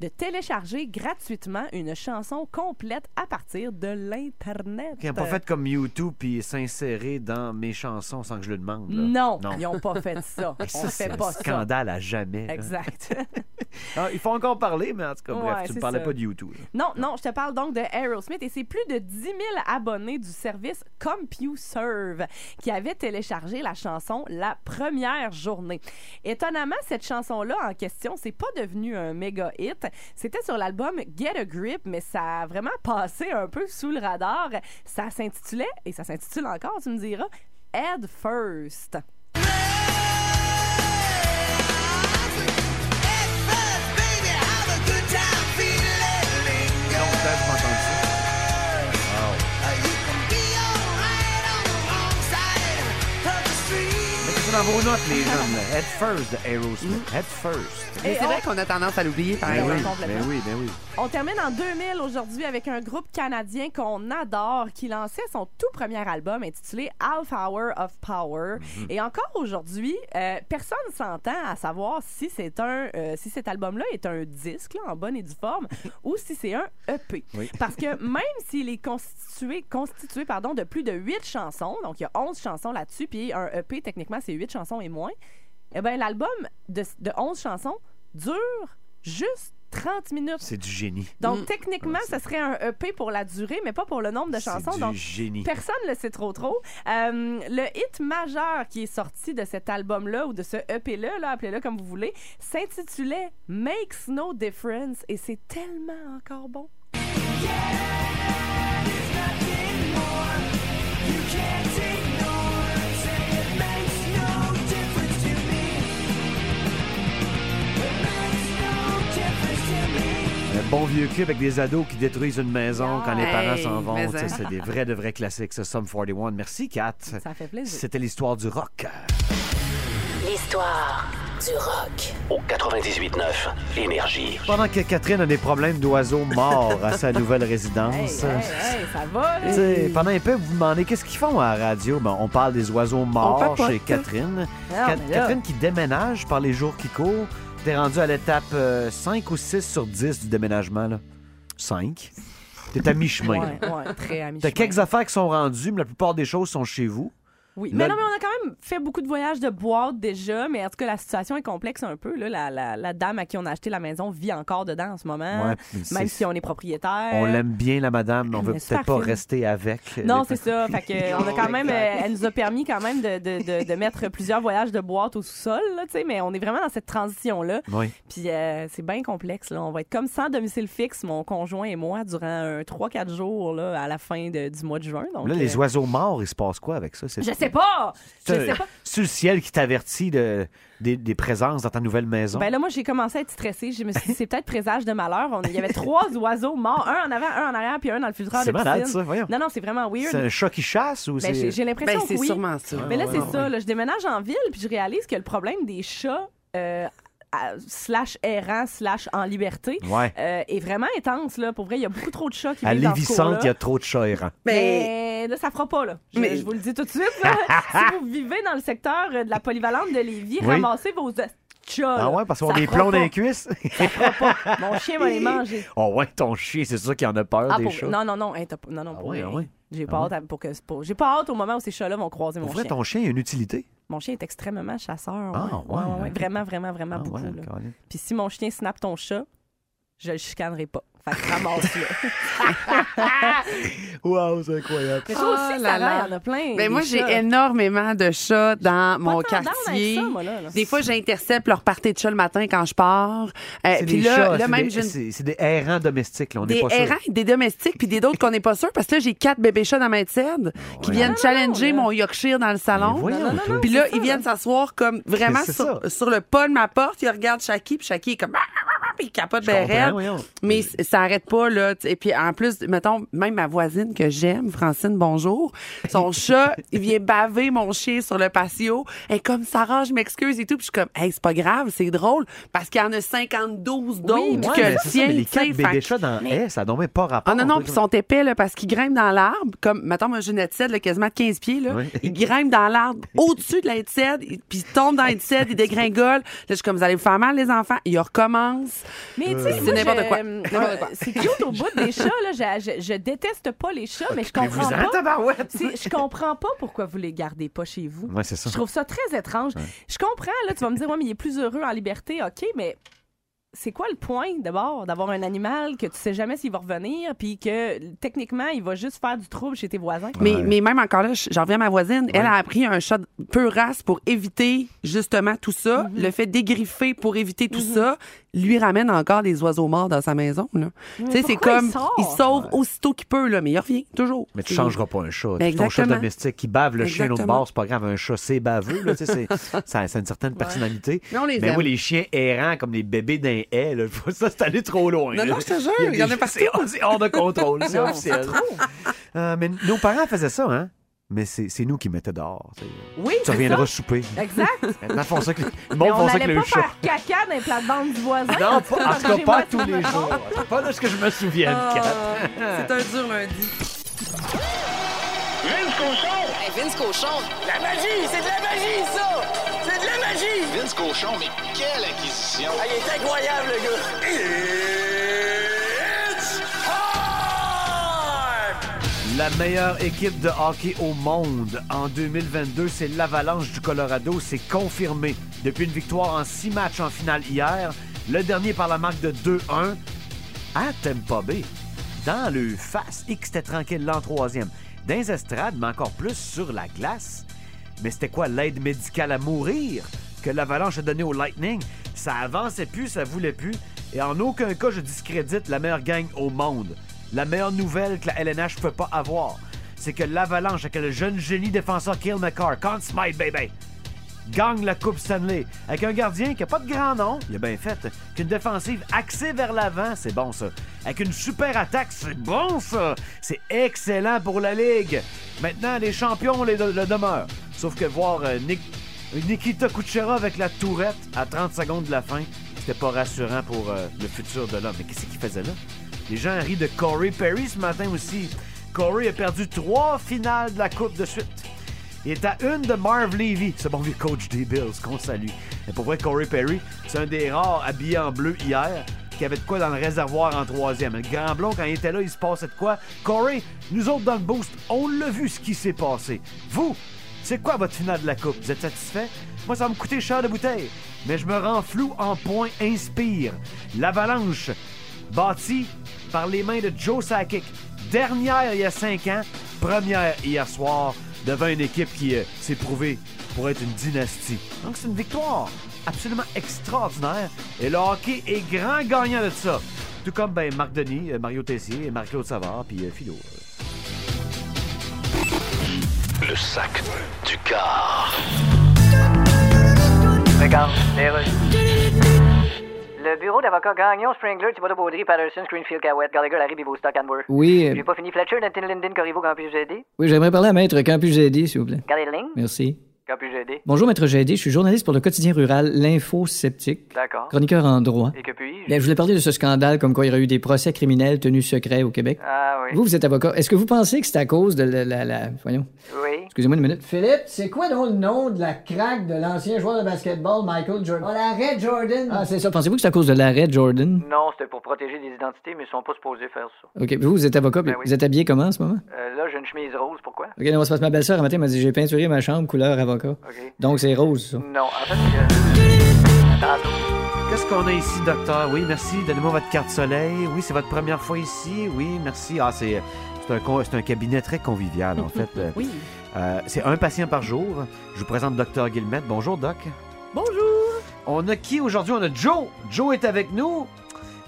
[SPEAKER 5] de télécharger gratuitement une chanson complète à partir de l'Internet.
[SPEAKER 3] Qui n'a pas fait comme YouTube puis s'insérer dans mes chansons sans que je le demande. là.
[SPEAKER 5] Non, ils n'ont pas fait
[SPEAKER 3] [laughs]
[SPEAKER 5] ça. On
[SPEAKER 3] Ben, Ça, c'est
[SPEAKER 5] fait
[SPEAKER 3] un
[SPEAKER 5] pas ça.
[SPEAKER 3] scandale à jamais. là.
[SPEAKER 5] Exact. [laughs]
[SPEAKER 3] Ah, il faut encore parler, mais en tout cas, bref,
[SPEAKER 5] Ouais,
[SPEAKER 3] tu ne
[SPEAKER 5] c'est
[SPEAKER 3] parlais
[SPEAKER 5] ça.
[SPEAKER 3] pas de YouTube. là.
[SPEAKER 5] Non, non, je te parle donc de Aerosmith et c'est plus de 10 000 abonnés du service CompuServe qui avaient téléchargé la chanson la première journée. Étonnamment, cette chanson-là en question, c'est pas devenu un méga hit. C'était sur l'album Get a Grip, mais ça a vraiment passé un peu sous le radar. Ça s'intitulait, et ça s'intitule encore, tu me diras, Head First.
[SPEAKER 3] Longtemps que je m'entends ça.
[SPEAKER 9] Uh,
[SPEAKER 3] Mettez ça dans vos notes, les jeunes. là. Head first de Aerosmith.
[SPEAKER 5] Mm.
[SPEAKER 3] Head first.
[SPEAKER 4] Mais
[SPEAKER 5] Et
[SPEAKER 4] c'est
[SPEAKER 5] on-
[SPEAKER 4] vrai qu'on a tendance à l'oublier, par
[SPEAKER 3] Ben
[SPEAKER 4] exemple.
[SPEAKER 3] oui,
[SPEAKER 5] complètement.
[SPEAKER 3] ben oui, ben oui.
[SPEAKER 5] On termine en 2000 aujourd'hui avec un groupe canadien qu'on adore qui lançait son tout premier album intitulé Half Hour of Power. Et encore aujourd'hui, euh, personne s'entend à savoir si c'est un euh, si cet album-là est un disque là, en bonne et due forme ou si c'est un EP. Parce que même s'il est constitué constitué pardon de plus de huit chansons, donc il y a 11 chansons là-dessus puis un EP techniquement c'est huit chansons et moins. Eh ben l'album de, de 11 chansons dure juste 30 minutes.
[SPEAKER 3] C'est du génie.
[SPEAKER 5] Donc, techniquement, ce serait un EP pour la durée, mais pas pour le nombre de chansons.
[SPEAKER 3] C'est du
[SPEAKER 5] Donc,
[SPEAKER 3] génie.
[SPEAKER 5] personne ne le sait trop trop. Euh, le hit majeur qui est sorti de cet album-là ou de ce EP-là, là, appelez-le comme vous voulez, s'intitulait Makes No Difference et c'est tellement encore bon.
[SPEAKER 3] Un bon vieux clip avec des ados qui détruisent une maison quand les parents
[SPEAKER 4] Hey,
[SPEAKER 3] s'en vont.
[SPEAKER 4] mais
[SPEAKER 3] Ça,
[SPEAKER 4] hein.
[SPEAKER 3] C'est des vrais, de vrais classiques, ça. Sum 41. Merci, Kat.
[SPEAKER 5] Ça fait plaisir.
[SPEAKER 3] C'était l'histoire du rock.
[SPEAKER 2] L'histoire du rock.
[SPEAKER 9] au 98.9 Énergie.
[SPEAKER 3] Pendant que Catherine a des problèmes d'oiseaux morts à sa nouvelle
[SPEAKER 5] Hey,
[SPEAKER 3] résidence.
[SPEAKER 5] hey, hey, ça va, là?
[SPEAKER 3] Tu sais, pendant un peu, vous vous demandez qu'est-ce qu'ils font à la radio. Ben, on parle des oiseaux morts
[SPEAKER 4] papote.
[SPEAKER 3] chez Catherine.
[SPEAKER 5] hein. Ah,
[SPEAKER 3] Ca-
[SPEAKER 5] mais là.
[SPEAKER 3] Catherine qui déménage par les jours qui courent. T'es rendu à l'étape euh, 5 ou 6 sur 10 du déménagement. Là. 5. T'es à mi-chemin. là.
[SPEAKER 5] Ouais, ouais, très ami.
[SPEAKER 3] T'as quelques affaires qui sont rendues, mais la plupart des choses sont chez vous.
[SPEAKER 5] Oui.
[SPEAKER 3] Là-
[SPEAKER 5] Mais non, mais on a quand même fait beaucoup de voyages de boîte déjà, mais en tout cas, la situation est complexe un peu. Là. La, la- la dame à qui on a acheté la maison vit encore dedans en ce moment,
[SPEAKER 3] Ouais, puis c'est-
[SPEAKER 5] Ah, même si on est propriétaire.
[SPEAKER 3] On l'aime bien, la madame, mais on veut
[SPEAKER 5] Elle est super
[SPEAKER 3] peut-être pas
[SPEAKER 5] fine.
[SPEAKER 3] rester avec. euh,
[SPEAKER 5] Non,
[SPEAKER 3] Les-
[SPEAKER 5] c'est ça. Fait [laughs] que on a quand même, euh, elle nous a permis quand même de, de- de- de mettre plusieurs voyages de boîte au sous-sol, là, tu sais, mais on est vraiment dans cette transition-là.
[SPEAKER 3] Oui.
[SPEAKER 5] Puis euh, c'est bien complexe. Là. On va être comme sans domicile fixe, mon conjoint et moi, durant un 3-4 jours là, à la fin de- du mois de juin. Donc,
[SPEAKER 3] Là, les
[SPEAKER 5] euh,
[SPEAKER 3] oiseaux morts, il se passe quoi avec ça? C'est-
[SPEAKER 5] Je sais pas! Je
[SPEAKER 3] C'est
[SPEAKER 5] sais pas.
[SPEAKER 3] c'est le ciel qui t'avertit de, des, des présences dans ta nouvelle maison.
[SPEAKER 5] Ben là, moi, j'ai commencé à être stressée. Je me suis dit, c'est peut-être présage de malheur. On- Il y avait trois [laughs] oiseaux morts, un en avant, un en arrière, puis un dans le filtreur de
[SPEAKER 3] c'est malade,
[SPEAKER 5] piscine.
[SPEAKER 3] ça, voyons.
[SPEAKER 5] Non, non, c'est vraiment weird.
[SPEAKER 3] C'est un chat qui chasse ou
[SPEAKER 5] Ben,
[SPEAKER 3] c'est.
[SPEAKER 5] j'ai j'ai
[SPEAKER 4] Ben,
[SPEAKER 5] l'impression
[SPEAKER 4] c'est
[SPEAKER 5] que oui.
[SPEAKER 4] sûrement ça.
[SPEAKER 3] Ah,
[SPEAKER 5] Mais là,
[SPEAKER 4] Ouais,
[SPEAKER 5] c'est
[SPEAKER 4] ouais,
[SPEAKER 5] ça.
[SPEAKER 4] ouais.
[SPEAKER 5] là. je déménage en ville, puis je réalise que le problème des chats euh, à- slash errants slash en liberté
[SPEAKER 3] Ouais.
[SPEAKER 5] euh, est vraiment intense. Là. Pour vrai, il y a beaucoup trop de chats qui
[SPEAKER 3] À
[SPEAKER 5] vivent dans
[SPEAKER 3] lévis
[SPEAKER 5] ce
[SPEAKER 3] centre il y
[SPEAKER 5] cours-là.
[SPEAKER 3] a trop de chats errants.
[SPEAKER 4] Mais
[SPEAKER 5] Mais là, ça fera pas, là. Je,
[SPEAKER 4] Mais-
[SPEAKER 5] je vous le dis tout de suite.
[SPEAKER 3] [laughs]
[SPEAKER 5] là. si vous vivez dans le secteur euh, de la polyvalente de Lévis,
[SPEAKER 3] Oui.
[SPEAKER 5] ramassez vos euh, chats.
[SPEAKER 3] Ah
[SPEAKER 5] là.
[SPEAKER 3] ouais, parce qu'on
[SPEAKER 5] Ça
[SPEAKER 3] les
[SPEAKER 5] fera
[SPEAKER 3] plomb dans
[SPEAKER 5] pas.
[SPEAKER 3] les cuisses. [laughs]
[SPEAKER 5] Mon chien va les manger.
[SPEAKER 3] oh ouais, ton chien, c'est sûr qu'il en a peur
[SPEAKER 5] Ah,
[SPEAKER 3] des
[SPEAKER 5] pour...
[SPEAKER 3] chats.
[SPEAKER 5] Non, non, non. Hein, t'as pas- non, non,
[SPEAKER 3] Ah
[SPEAKER 5] pour
[SPEAKER 3] ouais,
[SPEAKER 5] vrai.
[SPEAKER 3] ah ouais.
[SPEAKER 5] J'ai pas, hâte à- pour que... pour- j'ai pas hâte au moment où ces chats-là vont croiser
[SPEAKER 3] Pour
[SPEAKER 5] mon
[SPEAKER 3] vrai,
[SPEAKER 5] chien.
[SPEAKER 3] ton chien a une utilité.
[SPEAKER 5] Mon chien est extrêmement chasseur.
[SPEAKER 3] Ah, ouais, ouais.
[SPEAKER 5] Vraiment, vraiment, vraiment
[SPEAKER 3] Ah
[SPEAKER 5] beaucoup.
[SPEAKER 3] ouais,
[SPEAKER 5] là.
[SPEAKER 3] Caroline.
[SPEAKER 5] Puis si mon chien snappe ton chat, je le chicanerai pas. Fait
[SPEAKER 4] [laughs]
[SPEAKER 5] que ramasse-le.
[SPEAKER 3] [laughs] Wow, c'est incroyable.
[SPEAKER 5] Mais toi
[SPEAKER 4] Oh
[SPEAKER 5] aussi,
[SPEAKER 4] là
[SPEAKER 5] Sarah,
[SPEAKER 4] là.
[SPEAKER 5] il y en a plein.
[SPEAKER 4] ben,
[SPEAKER 5] des
[SPEAKER 4] moi, j'ai
[SPEAKER 5] chats.
[SPEAKER 4] énormément de chats dans mon
[SPEAKER 5] Pas tendance avec
[SPEAKER 4] quartier.
[SPEAKER 5] ça, moi, là, là.
[SPEAKER 4] Des fois, j'intercepte leur party de chat le matin quand je pars. Euh,
[SPEAKER 3] C'est
[SPEAKER 4] puis
[SPEAKER 3] des
[SPEAKER 4] là,
[SPEAKER 3] chats,
[SPEAKER 4] là
[SPEAKER 3] c'est
[SPEAKER 4] même,
[SPEAKER 3] des-
[SPEAKER 4] j'ai une
[SPEAKER 3] c'est c'est des errants domestiques, là, on n'est
[SPEAKER 4] des
[SPEAKER 3] pas sûr.
[SPEAKER 4] errants, des domestiques, puis des d'autres qu'on n'est pas sûr, parce que là, j'ai quatre bébés chats dans ma tête qui
[SPEAKER 3] ouais.
[SPEAKER 4] viennent challenger
[SPEAKER 5] non, là.
[SPEAKER 4] mon Yorkshire dans le salon.
[SPEAKER 3] Mais voyons, Non, non, non, toi.
[SPEAKER 4] Puis là, ils viennent s'asseoir comme vraiment
[SPEAKER 3] C'est
[SPEAKER 4] sur,
[SPEAKER 3] ça.
[SPEAKER 4] sur le pas de ma porte. Ils regardent Shaki, puis Shaki est comme... bah, Puis il capote
[SPEAKER 3] comprends,
[SPEAKER 4] ben raide.
[SPEAKER 3] voyons.
[SPEAKER 4] Mais c- ça arrête pas, là. tu sais. Et puis en plus, mettons, même ma voisine que j'aime, Francine, bonjour,
[SPEAKER 3] [laughs]
[SPEAKER 4] son chat, il vient baver mon chien sur le patio. Elle est comme, Sarah, je m'excuse et tout. Puis je suis comme, hey, c'est pas grave, c'est drôle, parce qu'il y en a 52 d'autres
[SPEAKER 3] Ouais,
[SPEAKER 4] que
[SPEAKER 3] mais
[SPEAKER 4] le
[SPEAKER 3] c'est ça,
[SPEAKER 4] tien.
[SPEAKER 3] mais les
[SPEAKER 4] tu sais.
[SPEAKER 3] quatre
[SPEAKER 4] Fait
[SPEAKER 3] bébés
[SPEAKER 4] que-
[SPEAKER 3] chats dans mais... ça n'a même pas rapport.
[SPEAKER 4] ah non, non, puis ils
[SPEAKER 3] Ils
[SPEAKER 4] sont épais là, parce qu'ils grimpent dans l'arbre, comme, mettons, j'ai une étiède là, quasiment de 15 pieds, là,
[SPEAKER 3] Oui.
[SPEAKER 4] ils grimpent dans l'arbre
[SPEAKER 3] [laughs]
[SPEAKER 4] au-dessus de la étiède, ils- puis ils tombent dans l'étiède, ils dégringolent. Là, je suis comme, vous allez vous faire mal, les enfants. Ils recommencent.
[SPEAKER 5] Mais tu sais,
[SPEAKER 4] C'est
[SPEAKER 5] moi,
[SPEAKER 4] n'importe
[SPEAKER 5] je-
[SPEAKER 4] quoi.
[SPEAKER 5] euh,
[SPEAKER 4] N'importe quoi.
[SPEAKER 5] C'est cute au bout des chats. Là. Je, je- je déteste pas les chats, mais je
[SPEAKER 3] Mais Ah, vous
[SPEAKER 5] comprends
[SPEAKER 3] en
[SPEAKER 5] pas.
[SPEAKER 3] tabarouette!
[SPEAKER 5] C'est- Je comprends pas pourquoi vous les gardez pas chez vous.
[SPEAKER 3] Ouais, c'est ça.
[SPEAKER 5] Je trouve ça très étrange. Je comprends, là, tu vas me dire, ouais, mais il est plus heureux en liberté, OK, mais c'est quoi le point, d'abord, d'avoir un animal que tu sais jamais s'il va revenir, puis que techniquement, il va juste faire du trouble chez tes voisins?
[SPEAKER 4] Mais,
[SPEAKER 3] Ouais.
[SPEAKER 4] mais même encore là, je- j'en reviens à ma voisine. Elle a appris un chat peu race pour éviter justement tout ça.
[SPEAKER 3] Mm-hmm.
[SPEAKER 4] Le fait dégriffer pour éviter tout ça, lui ramène encore des oiseaux morts dans sa maison. là. Tu sais, c'est
[SPEAKER 5] pourquoi
[SPEAKER 4] comme
[SPEAKER 5] il sort?
[SPEAKER 4] il sauve aussitôt qu'il peut, là, mais il revient toujours.
[SPEAKER 3] Mais tu
[SPEAKER 4] C'est-
[SPEAKER 3] changeras pas un chat. C'est
[SPEAKER 4] Ben,
[SPEAKER 3] ton chat
[SPEAKER 4] exactement.
[SPEAKER 3] domestique qui bave le chien l'autre
[SPEAKER 4] Exactement.
[SPEAKER 3] bord, c'est pas grave. Un chat, c'est baveux. Là, tu
[SPEAKER 4] [laughs]
[SPEAKER 3] sais, c'est, ça, ça a une certaine personnalité.
[SPEAKER 4] Mais on les
[SPEAKER 3] Mais
[SPEAKER 4] aime.
[SPEAKER 3] oui, les chiens errants comme les bébés d'un haie, là, ça, c'est allé trop loin.
[SPEAKER 4] Non,
[SPEAKER 3] là.
[SPEAKER 4] non, je te jure, il y
[SPEAKER 3] des-
[SPEAKER 4] en a partout.
[SPEAKER 3] C'est, c'est hors de
[SPEAKER 4] [laughs]
[SPEAKER 3] contrôle, c'est officiel. Euh, mais nos parents faisaient ça, hein? Mais c'est, c'est nous qui mettaient dehors. tu sais.
[SPEAKER 5] Oui,
[SPEAKER 3] Tu
[SPEAKER 5] c'est
[SPEAKER 3] reviendras
[SPEAKER 5] ça.
[SPEAKER 4] [laughs]
[SPEAKER 3] souper.
[SPEAKER 5] Exact.
[SPEAKER 3] Maintenant, font ça que, le
[SPEAKER 5] Mais
[SPEAKER 3] monde
[SPEAKER 5] on
[SPEAKER 3] font ça que
[SPEAKER 5] n'allait
[SPEAKER 3] le
[SPEAKER 5] pas
[SPEAKER 3] chat.
[SPEAKER 5] faire caca dans les plates-bandes du voisin.
[SPEAKER 3] Non, pas, en tout cas,
[SPEAKER 5] Chez
[SPEAKER 3] pas
[SPEAKER 5] moi,
[SPEAKER 3] tous les jours. En tout cas, Pas de ce que je me souvienne, Kat.
[SPEAKER 4] Ah, c'est un dur lundi.
[SPEAKER 2] Hey, Vince Cochon,
[SPEAKER 9] Vince Cochon, mais quelle acquisition!
[SPEAKER 3] La meilleure équipe de hockey au monde en 2022, c'est l'Avalanche du Colorado. C'est confirmé. Depuis une victoire en six matchs en finale hier, le dernier par la marque de 2-1 à Tampa Bay. Dans le face, X était tranquille l'an troisième. Dans les estrades, mais encore plus sur la glace. Mais c'était quoi l'aide médicale à mourir que l'Avalanche a donnée au Lightning? Ça avançait plus, ça voulait plus. Et en aucun cas, je discrédite la meilleure gang au monde. La meilleure nouvelle que la LNH peut pas avoir, c'est que l'Avalanche avec le jeune génie défenseur Kill McCarr, can't smite, baby, gagne la Coupe Stanley avec un gardien qui a pas de grand nom, il a bien fait, qu'une défensive axée vers l'avant, c'est bon ça. Avec une super attaque, c'est bon ça. C'est excellent pour la ligue. Maintenant, les champions les de- le demeurent. Sauf que voir euh, Nick Nikita Kuchera avec la tourette à 30 secondes de la fin. C'était pas rassurant pour euh, le futur de l'homme. Mais qu'est-ce qu'il faisait là? Les gens rient de Corey Perry ce matin aussi. Corey a perdu trois finales de la Coupe de suite. Il est à une de Marv Levy, ce bon vieux coach des Bills qu'on salue. Mais pour vrai, Corey Perry, c'est un des rares habillés en bleu hier qui avait de quoi dans le réservoir en troisième. Le grand blond, quand il était là, il se passait de quoi. Corey, nous autres dans le boost, on l'a vu ce qui s'est passé. Vous, c'est quoi votre finale de la Coupe? Vous êtes satisfait? Moi, ça va me coûter cher de bouteille. Mais je me rends flou en point inspire. L'avalanche, bâtie par les mains de Joe Sakic. Dernière il y a cinq ans, première hier soir, devant une équipe qui euh, s'est prouvée pour être une dynastie. Donc, c'est une victoire absolument extraordinaire. Et le hockey est grand gagnant de ça. Tout comme ben, Marc Denis, euh, Mario Tessier, Marc-Claude Savard, puis euh, Philo.
[SPEAKER 9] Le sac du car.
[SPEAKER 7] Regarde, les rues. Le bureau d'avocats Gagnon, Springler, Thibodeau, Baudry, Patterson, Greenfield, Cowett, Gallagher, Larry, Bibo, Stock, Anwer.
[SPEAKER 6] Oui, euh,
[SPEAKER 7] J'ai pas fini. Fletcher, Nathan, Linden, Corriveau, quand puis-je vous aider?
[SPEAKER 6] oui, j'aimerais parler à Maître Campus GD, s'il vous plaît.
[SPEAKER 7] Gardez le ligne.
[SPEAKER 6] Merci.
[SPEAKER 7] Quand puis-je vous aider?
[SPEAKER 6] Bonjour, Maître GD, je suis journaliste pour le quotidien rural L'Info Sceptique,
[SPEAKER 7] D'accord.
[SPEAKER 6] chroniqueur en droit.
[SPEAKER 7] Et que puis-je?
[SPEAKER 6] Bien, je voulais parler de ce scandale comme quoi il y aurait eu des procès criminels tenus secrets au Québec.
[SPEAKER 7] Ah oui.
[SPEAKER 6] Vous, vous êtes avocat. Est-ce que vous pensez que c'est à cause de la... la- la- Voyons,
[SPEAKER 7] Oui.
[SPEAKER 6] excusez-moi une minute.
[SPEAKER 8] Philippe, c'est quoi donc le nom de la craque de l'ancien joueur de basketball Michael Jordan? Oh, l'arrêt Jordan!
[SPEAKER 6] Ah, c'est ça. Pensez-vous que c'est à cause de l'arrêt de Jordan?
[SPEAKER 7] Non, c'était pour protéger des identités, mais ils sont pas supposés faire ça.
[SPEAKER 6] OK, vous, vous êtes avocat, puis
[SPEAKER 7] Ben oui.
[SPEAKER 6] vous êtes habillé comment en ce moment?
[SPEAKER 7] Euh, là, j'ai une chemise rose, pourquoi?
[SPEAKER 6] OK, non, c'est parce que ma belle-sœur, un matin, m'a dit j'ai peinturé ma chambre couleur avocat.
[SPEAKER 7] OK.
[SPEAKER 6] Donc, c'est rose, ça.
[SPEAKER 7] Non, en fait, euh, à tantôt.
[SPEAKER 3] Qu'est-ce qu'on a ici, docteur? Oui, merci. Donnez-moi votre carte soleil. Oui, c'est votre première fois ici. Oui, merci. Ah, c'est c'est un, con- c'est un cabinet très convivial, en fait. Euh,
[SPEAKER 5] Oui.
[SPEAKER 3] euh, c'est un patient par jour. Je vous présente docteur Guillemette. Bonjour, doc.
[SPEAKER 5] Bonjour.
[SPEAKER 3] On a qui aujourd'hui? On a Joe. Joe est avec nous.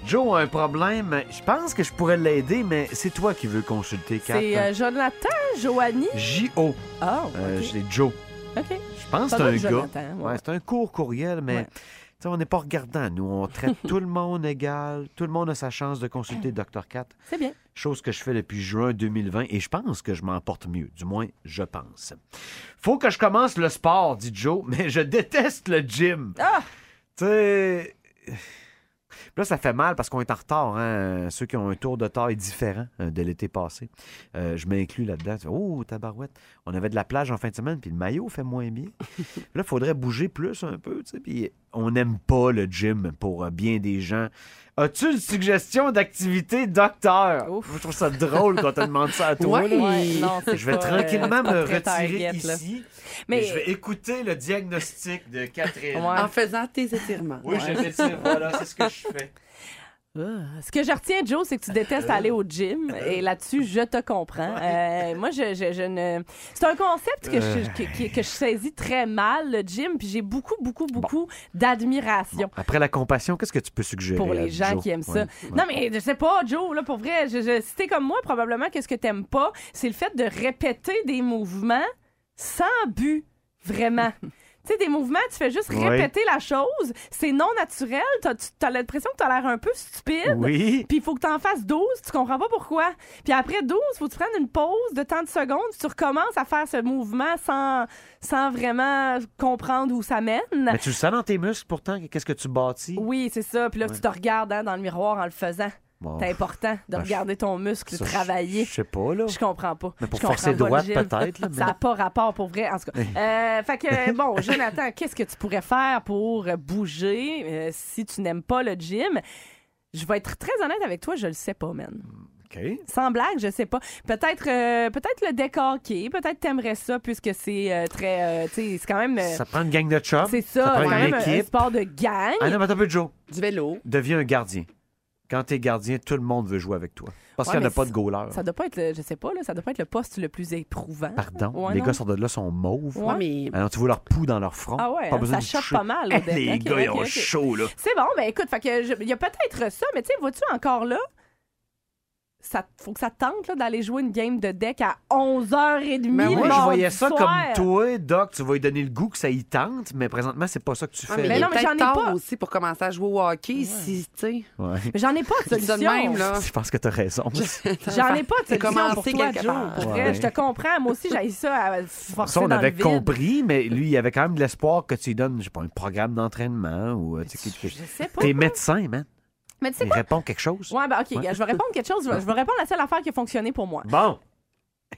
[SPEAKER 3] Joe a un problème. Je pense que je pourrais l'aider, mais c'est toi qui veux consulter, Kat.
[SPEAKER 5] C'est euh, Jonathan, Joanie.
[SPEAKER 3] J.O.
[SPEAKER 5] Oh,
[SPEAKER 3] hein. Euh,
[SPEAKER 5] OK.
[SPEAKER 3] Je l'ai Joe.
[SPEAKER 5] OK.
[SPEAKER 3] Je pense que
[SPEAKER 5] Ça
[SPEAKER 3] c'est
[SPEAKER 5] doit
[SPEAKER 3] un
[SPEAKER 5] être
[SPEAKER 3] gars.
[SPEAKER 5] Jonathan, ouais.
[SPEAKER 3] Ouais, c'est un court courriel, mais
[SPEAKER 5] Ouais.
[SPEAKER 3] tu sais, on n'est pas regardant, nous. On
[SPEAKER 5] [laughs]
[SPEAKER 3] traite tout le monde égal. Tout le monde a sa chance de consulter Dr. Cat.
[SPEAKER 5] C'est bien.
[SPEAKER 3] Chose que je fais depuis juin 2020 et je pense que je m'en porte mieux. Du moins, je pense. Faut que je commence le sport, dit Joe, [laughs] mais je déteste le gym.
[SPEAKER 5] Ah!
[SPEAKER 3] Tu sais. Puis Là, ça fait mal parce qu'on est en retard. Hein? Ceux qui ont un tour de taille différent euh, de l'été passé. Euh, je m'inclus là-dedans. Tu fais, Oh, tabarouette. On avait de la plage en fin de semaine, puis le maillot fait moins
[SPEAKER 5] [laughs]
[SPEAKER 3] bien. là, il faudrait bouger plus un peu. tu sais, Puis on n'aime pas le gym pour euh, bien des gens. As-tu une suggestion d'activité, docteur?
[SPEAKER 5] Ouf.
[SPEAKER 3] Je trouve ça drôle quand on demande ça à toi.
[SPEAKER 4] Ouais.
[SPEAKER 3] là.
[SPEAKER 5] Ouais, non, c'est
[SPEAKER 3] Je vais
[SPEAKER 5] pas, euh,
[SPEAKER 3] tranquillement
[SPEAKER 5] c'est pas
[SPEAKER 3] me
[SPEAKER 5] [laughs] très
[SPEAKER 3] retirer
[SPEAKER 5] target, là.
[SPEAKER 3] ici.
[SPEAKER 5] Mais-
[SPEAKER 3] Mais... je vais écouter le diagnostic de Catherine.
[SPEAKER 5] Ouais.
[SPEAKER 4] En faisant tes étirements.
[SPEAKER 3] Oui, je m'étire, voilà, c'est ce que je fais.
[SPEAKER 5] Ah, Ce que je retiens, Joe, c'est que tu détestes aller au gym. Et là-dessus, je te comprends. Euh, moi, je, je- je ne. C'est un concept que je, que, que- que je saisis très mal, le gym. Puis j'ai beaucoup, beaucoup, beaucoup d'admiration.
[SPEAKER 3] Après la compassion, qu'est-ce que tu peux suggérer?
[SPEAKER 5] Pour les gens qui aiment ça. Non, mais je sais pas, Joe, là, pour vrai, je, je- si t'es comme moi, probablement que ce que t'aimes pas, c'est le fait de répéter des mouvements sans but, vraiment. tu sais, des mouvements, tu fais juste
[SPEAKER 3] Ouais.
[SPEAKER 5] répéter la chose, c'est non naturel, t'as, tu- t'as l'impression que t'as l'air un peu stupide.
[SPEAKER 3] Oui.
[SPEAKER 5] Puis il faut que t'en fasses 12, tu comprends pas pourquoi. Puis après 12, faut que tu prennes une pause de tant de secondes, tu recommences à faire ce mouvement sans, sans vraiment comprendre où ça mène.
[SPEAKER 3] Mais tu le sens dans tes muscles pourtant, qu'est-ce que tu bâtis?
[SPEAKER 5] Oui, c'est ça. Puis là, tu te regardes hein, dans le miroir en le faisant.
[SPEAKER 3] Bon,
[SPEAKER 5] C'est important de
[SPEAKER 3] Ben,
[SPEAKER 5] regarder ton muscle
[SPEAKER 3] ça, je-
[SPEAKER 5] travailler.
[SPEAKER 3] Je sais pas, là.
[SPEAKER 5] Je comprends pas.
[SPEAKER 3] Mais pour
[SPEAKER 5] Je comprends
[SPEAKER 3] forcer
[SPEAKER 5] pas le
[SPEAKER 3] droite,
[SPEAKER 5] gym.
[SPEAKER 3] peut-être, là, mais-
[SPEAKER 5] Ça n'a pas rapport pour vrai, en tout cas. Euh,
[SPEAKER 3] [laughs]
[SPEAKER 5] fait que, bon, Jonathan, qu'est-ce que tu pourrais faire pour euh, bouger euh, si tu n'aimes pas le gym? Je vais être très honnête avec toi, je le sais pas, man.
[SPEAKER 3] OK.
[SPEAKER 5] Sans blague, je sais pas. Peut-être euh, peut-être le décorquer, peut-être t'aimerais ça puisque c'est euh, très. euh, tu sais, c'est quand même. euh,
[SPEAKER 3] Ça prend une gang de chops.
[SPEAKER 5] c'est ça,
[SPEAKER 3] prend
[SPEAKER 5] quand
[SPEAKER 3] une
[SPEAKER 5] même un- un
[SPEAKER 3] équipe.
[SPEAKER 5] sport de gang.
[SPEAKER 3] Ah non, mais attends un peu, Joe.
[SPEAKER 4] Du vélo.
[SPEAKER 3] Deviens un gardien. Quand t'es gardien, tout le monde veut jouer avec toi. Parce
[SPEAKER 5] Ouais,
[SPEAKER 3] qu'il n'y en a
[SPEAKER 5] mais
[SPEAKER 3] pas de goaler.
[SPEAKER 5] Ça doit pas être, le- je sais pas, là, ça doit pas être le poste le plus éprouvant.
[SPEAKER 3] Pardon.
[SPEAKER 5] Ouais,
[SPEAKER 3] les
[SPEAKER 5] non.
[SPEAKER 3] gars sortent de là, sont mauves.
[SPEAKER 5] Ouais.
[SPEAKER 4] Ouais, mais
[SPEAKER 3] Alors, tu vois leur poux dans leur front.
[SPEAKER 5] Ah ouais,
[SPEAKER 3] pas
[SPEAKER 5] hein,
[SPEAKER 3] besoin
[SPEAKER 5] ça
[SPEAKER 3] de
[SPEAKER 5] choque
[SPEAKER 3] toucher.
[SPEAKER 5] pas mal.
[SPEAKER 3] [laughs]
[SPEAKER 5] au dé-
[SPEAKER 3] les
[SPEAKER 5] ok,
[SPEAKER 3] gars, ils
[SPEAKER 5] ok,
[SPEAKER 3] ont
[SPEAKER 5] ok.
[SPEAKER 3] chaud, là.
[SPEAKER 5] C'est bon, ben écoute, fait que je- il y a peut-être ça, mais tu sais, vois-tu encore là? ça faut que ça te tente là, d'aller jouer une game de deck à 11h30
[SPEAKER 4] Mais moi,
[SPEAKER 5] le
[SPEAKER 3] Moi, je
[SPEAKER 5] mardi
[SPEAKER 3] voyais ça
[SPEAKER 5] soir.
[SPEAKER 3] comme toi, Doc. Tu vas lui donner le goût que ça y tente, mais présentement, c'est pas ça que tu
[SPEAKER 4] Ah,
[SPEAKER 3] fais.
[SPEAKER 5] mais
[SPEAKER 4] il est
[SPEAKER 5] non, mais
[SPEAKER 4] peut-être
[SPEAKER 5] j'en ai
[SPEAKER 4] tard
[SPEAKER 5] pas.
[SPEAKER 4] aussi pour commencer à jouer au hockey si, tu sais.
[SPEAKER 5] [laughs]
[SPEAKER 3] Ouais. [laughs]
[SPEAKER 5] Mais j'en ai pas de
[SPEAKER 4] C'est ça
[SPEAKER 5] solution.
[SPEAKER 4] de même, [laughs] là.
[SPEAKER 3] Je pense que t'as raison.
[SPEAKER 5] J'en ai pas de
[SPEAKER 4] C'est
[SPEAKER 5] solution pour
[SPEAKER 4] commencé
[SPEAKER 5] toi,
[SPEAKER 4] quelque
[SPEAKER 5] Joe.
[SPEAKER 4] part.
[SPEAKER 5] Pour vrai,
[SPEAKER 3] Ouais.
[SPEAKER 5] je te comprends. Moi aussi, j'ai ça à forcer
[SPEAKER 3] Ça, on
[SPEAKER 5] dans le
[SPEAKER 3] avait
[SPEAKER 5] vide.
[SPEAKER 3] compris, mais lui, il avait quand même de l'espoir que tu lui donnes, je sais pas, un programme d'entraînement ou euh, tu sais, quelque
[SPEAKER 5] Je sais pas.
[SPEAKER 3] T'es médecin, man.
[SPEAKER 5] Mais tu sais
[SPEAKER 3] Il répond quelque chose.
[SPEAKER 5] Ouais, ben OK,
[SPEAKER 3] Ouais.
[SPEAKER 5] je vais répondre quelque chose. Je vais je vais répondre à la seule affaire qui a fonctionné pour moi.
[SPEAKER 3] Bon.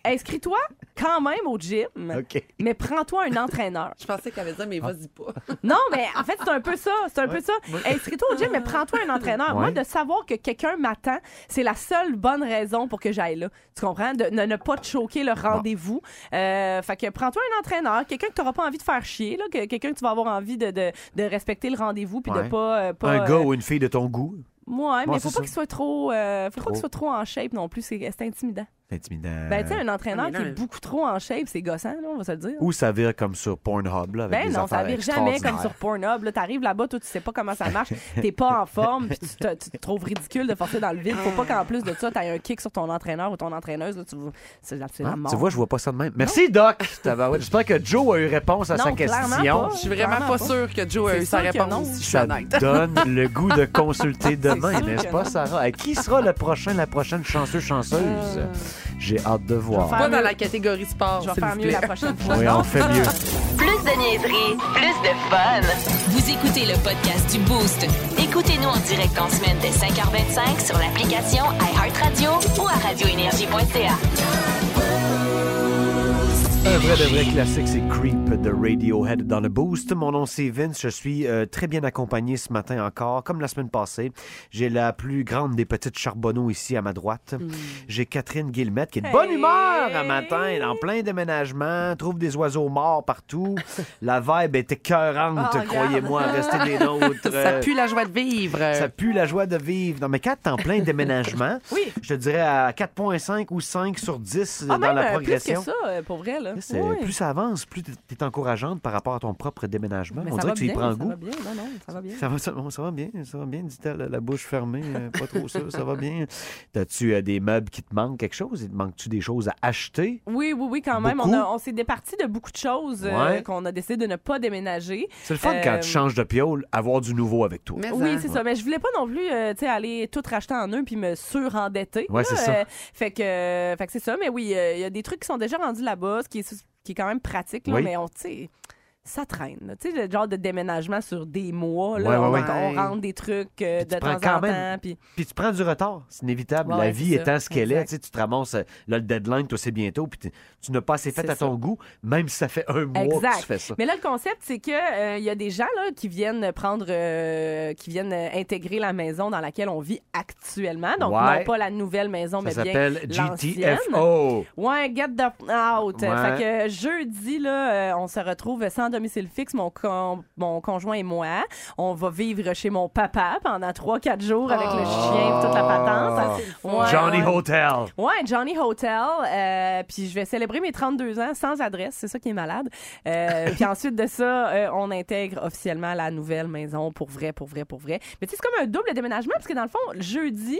[SPEAKER 5] Inscris-toi quand même au gym,
[SPEAKER 3] OK.
[SPEAKER 5] mais prends-toi un entraîneur.
[SPEAKER 4] Je pensais qu'elle avait dit,
[SPEAKER 3] Ah.
[SPEAKER 4] mais vas-y pas.
[SPEAKER 5] Non, mais en fait, c'est un peu ça. C'est un peu ça. Inscris-toi au gym, mais prends-toi un entraîneur.
[SPEAKER 3] Ouais.
[SPEAKER 5] Moi, de savoir que quelqu'un m'attend, c'est la seule bonne raison pour que j'aille là. Tu comprends? De ne, ne pas te choquer le rendez-vous. Euh, fait que prends-toi un entraîneur, quelqu'un que tu n'auras pas envie de faire chier, là, que, quelqu'un que tu vas avoir envie de, de, de respecter le rendez-vous puis de
[SPEAKER 3] Ouais.
[SPEAKER 5] pas. euh, pas
[SPEAKER 3] un
[SPEAKER 5] euh,
[SPEAKER 3] gars ou une fille de ton goût.
[SPEAKER 5] Moi, mais
[SPEAKER 3] Ouais,
[SPEAKER 5] faut
[SPEAKER 3] c'est
[SPEAKER 5] pas
[SPEAKER 3] ça.
[SPEAKER 5] qu'il soit trop, euh, faut pas
[SPEAKER 3] Trop. Euh.
[SPEAKER 5] qu'il soit trop en shape non plus, c'est c'est intimidant.
[SPEAKER 3] C'est intimidant.
[SPEAKER 5] Ben tu sais un entraîneur
[SPEAKER 4] Ah, mais non,
[SPEAKER 5] qui est
[SPEAKER 4] mais-
[SPEAKER 5] beaucoup trop en shape, c'est gossant là, on va se le dire.
[SPEAKER 3] Ou ça vire comme sur Pornhub, là, avec
[SPEAKER 5] Ben
[SPEAKER 3] des
[SPEAKER 5] non, ça
[SPEAKER 3] affaires
[SPEAKER 5] vire jamais comme
[SPEAKER 3] extraordinaires.
[SPEAKER 5] sur Pornhub. Là, t'arrives là-bas, toi, tu sais pas comment ça
[SPEAKER 3] [laughs]
[SPEAKER 5] marche, t'es pas en forme, puis tu te, tu te trouves ridicule de forcer dans le vide. Faut pas qu'en plus de ça, t'aies un kick sur ton entraîneur ou ton entraîneuse. Là, tu... C'est absolument
[SPEAKER 3] Hein?
[SPEAKER 5] mort.
[SPEAKER 3] Tu vois, je vois pas ça de même. Merci, Doc.
[SPEAKER 5] [laughs]
[SPEAKER 3] Tabarouette. J'espère que Joe a eu réponse à
[SPEAKER 5] Non,
[SPEAKER 3] sa
[SPEAKER 5] clairement
[SPEAKER 3] question.
[SPEAKER 5] pas.
[SPEAKER 4] Je suis vraiment
[SPEAKER 5] Vraiment
[SPEAKER 4] pas
[SPEAKER 5] pas.
[SPEAKER 4] sûre que Joe a
[SPEAKER 5] C'est
[SPEAKER 4] eu sa
[SPEAKER 5] sûr que non.
[SPEAKER 4] réponse, si je suis
[SPEAKER 3] Ça
[SPEAKER 4] honnête.
[SPEAKER 3] donne le goût de
[SPEAKER 5] [laughs]
[SPEAKER 3] consulter demain,
[SPEAKER 5] sûr
[SPEAKER 3] n'est-ce
[SPEAKER 5] que
[SPEAKER 3] pas,
[SPEAKER 5] non.
[SPEAKER 3] Sarah? À qui sera le prochain, la prochaine chanceuse, chanceuse?
[SPEAKER 5] Euh,
[SPEAKER 3] J'ai hâte de voir.
[SPEAKER 5] faire
[SPEAKER 4] Pas
[SPEAKER 5] mieux.
[SPEAKER 4] dans la catégorie sport,
[SPEAKER 5] je vais
[SPEAKER 4] s'il
[SPEAKER 5] faire
[SPEAKER 4] vous
[SPEAKER 5] mieux
[SPEAKER 4] plaît.
[SPEAKER 5] la prochaine
[SPEAKER 3] [laughs]
[SPEAKER 5] fois.
[SPEAKER 3] Oui, on fait mieux.
[SPEAKER 1] Plus de niaiserie, plus de fun. Vous écoutez le podcast du Boost. Écoutez-nous en direct en semaine dès 5h25 sur l'application iHeartRadio ou à radioénergie.ca.
[SPEAKER 3] Un vrai de vrai classique, c'est Creep de Radiohead dans le Boost. Mon nom c'est Vince, je suis euh, très bien accompagné ce matin encore, comme la semaine passée. J'ai la plus grande des petites charbonneaux ici à ma droite.
[SPEAKER 5] Mm.
[SPEAKER 3] J'ai Catherine Guillemette qui est de bonne humeur un matin, en plein déménagement, trouve des oiseaux morts
[SPEAKER 5] [laughs]
[SPEAKER 3] partout. la vibe est écœurante,
[SPEAKER 5] Oh,
[SPEAKER 3] croyez-moi, restez des nôtres.
[SPEAKER 5] [laughs]
[SPEAKER 4] Ça pue la joie de vivre.
[SPEAKER 5] euh.
[SPEAKER 3] Ça pue la joie de vivre. Non, mais 4 en plein déménagement.
[SPEAKER 5] Oui.
[SPEAKER 3] Je te dirais à 4,5 ou 5 sur 10
[SPEAKER 5] Ah,
[SPEAKER 3] dans
[SPEAKER 5] même,
[SPEAKER 3] la
[SPEAKER 5] euh,
[SPEAKER 3] progression.
[SPEAKER 5] Plus que ça, euh, pour vrai là.
[SPEAKER 3] C'est-
[SPEAKER 5] Oui.
[SPEAKER 3] Plus ça avance, plus tu es encourageante par rapport à ton propre déménagement.
[SPEAKER 5] Mais
[SPEAKER 3] On
[SPEAKER 5] ça
[SPEAKER 3] dirait
[SPEAKER 5] va
[SPEAKER 3] que tu y
[SPEAKER 5] bien,
[SPEAKER 3] prends
[SPEAKER 5] ça
[SPEAKER 3] goût.
[SPEAKER 5] va bien, non, non, ça va bien.
[SPEAKER 3] Ça va, ça, ça va bien, ça va bien, dit-elle, la bouche fermée, euh, pas trop ça, ça va bien. T'as-tu euh, des meubles qui te manquent, quelque chose? Il te manque-tu des choses à acheter?
[SPEAKER 5] Oui, oui, oui, quand même. On,
[SPEAKER 3] Beaucoup.
[SPEAKER 5] a- on s'est départi de beaucoup de choses euh,
[SPEAKER 3] Ouais.
[SPEAKER 5] qu'on a décidé de ne pas déménager.
[SPEAKER 3] C'est le fun quand
[SPEAKER 5] Euh,
[SPEAKER 3] tu changes de piole, avoir du nouveau avec toi.
[SPEAKER 4] Mais
[SPEAKER 5] Oui,
[SPEAKER 4] hein.
[SPEAKER 5] c'est ça. Mais je voulais pas non plus euh, tu sais, aller tout racheter en un puis me surendetter.
[SPEAKER 3] Ouais,
[SPEAKER 5] là.
[SPEAKER 3] c'est ça.
[SPEAKER 5] Euh, fait que, euh, fait que c'est ça. Mais oui, euh, il y a des trucs qui sont déjà rendus là-bas, ce qui est, qui est quand même pratique. Là,
[SPEAKER 3] Oui.
[SPEAKER 5] Mais on, tu sais, ça traîne. là. Tu sais, le genre de déménagement sur des mois. Là,
[SPEAKER 3] Ouais,
[SPEAKER 5] on,
[SPEAKER 3] ouais,
[SPEAKER 5] on
[SPEAKER 4] ouais.
[SPEAKER 5] rentre des trucs euh,
[SPEAKER 3] Puis tu
[SPEAKER 5] de temps
[SPEAKER 3] prends
[SPEAKER 5] en
[SPEAKER 3] quand
[SPEAKER 5] temps.
[SPEAKER 3] même-
[SPEAKER 5] puis-
[SPEAKER 3] Puis tu prends du retard, c'est inévitable.
[SPEAKER 5] Ouais,
[SPEAKER 3] la
[SPEAKER 5] ouais,
[SPEAKER 3] vie
[SPEAKER 5] c'est ça.
[SPEAKER 3] étant ce qu'elle est,
[SPEAKER 5] Exact.
[SPEAKER 3] tu sais, tu te ramasses, euh, là, le deadline, toi, c'est bientôt, puis t'es- tu n'as pas assez fait
[SPEAKER 5] C'est
[SPEAKER 3] à ton goût, même si ça fait un mois que
[SPEAKER 5] Exact.
[SPEAKER 3] tu fais ça.
[SPEAKER 5] Mais là, le concept, c'est que euh, il y a des gens là, qui viennent prendre, euh, qui viennent euh, intégrer la maison dans laquelle on vit actuellement. Donc,
[SPEAKER 3] Ouais.
[SPEAKER 5] non pas la nouvelle maison, mais
[SPEAKER 3] ça
[SPEAKER 5] bien
[SPEAKER 3] s'appelle
[SPEAKER 5] l'ancienne.
[SPEAKER 3] GTFO.
[SPEAKER 5] Ouais, get the f- out.
[SPEAKER 3] Ouais.
[SPEAKER 5] Fait que jeudi, là, euh, on se retrouve sans domicile fixe, mon, con- mon conjoint et moi. On va vivre chez mon papa pendant 3-4 jours avec
[SPEAKER 3] Oh.
[SPEAKER 5] le chien et toute la patente. Ouais,
[SPEAKER 3] Johnny
[SPEAKER 5] ouais.
[SPEAKER 3] Hotel.
[SPEAKER 5] Ouais, Johnny Hotel. euh, puis je vais célébrer mes 32 ans sans adresse. C'est ça qui est malade.
[SPEAKER 3] [laughs]
[SPEAKER 5] Euh, puis ensuite de ça, euh, on intègre officiellement la nouvelle maison pour vrai, pour vrai, pour vrai. Mais tu sais, c'est comme un double déménagement parce que dans le fond, jeudi,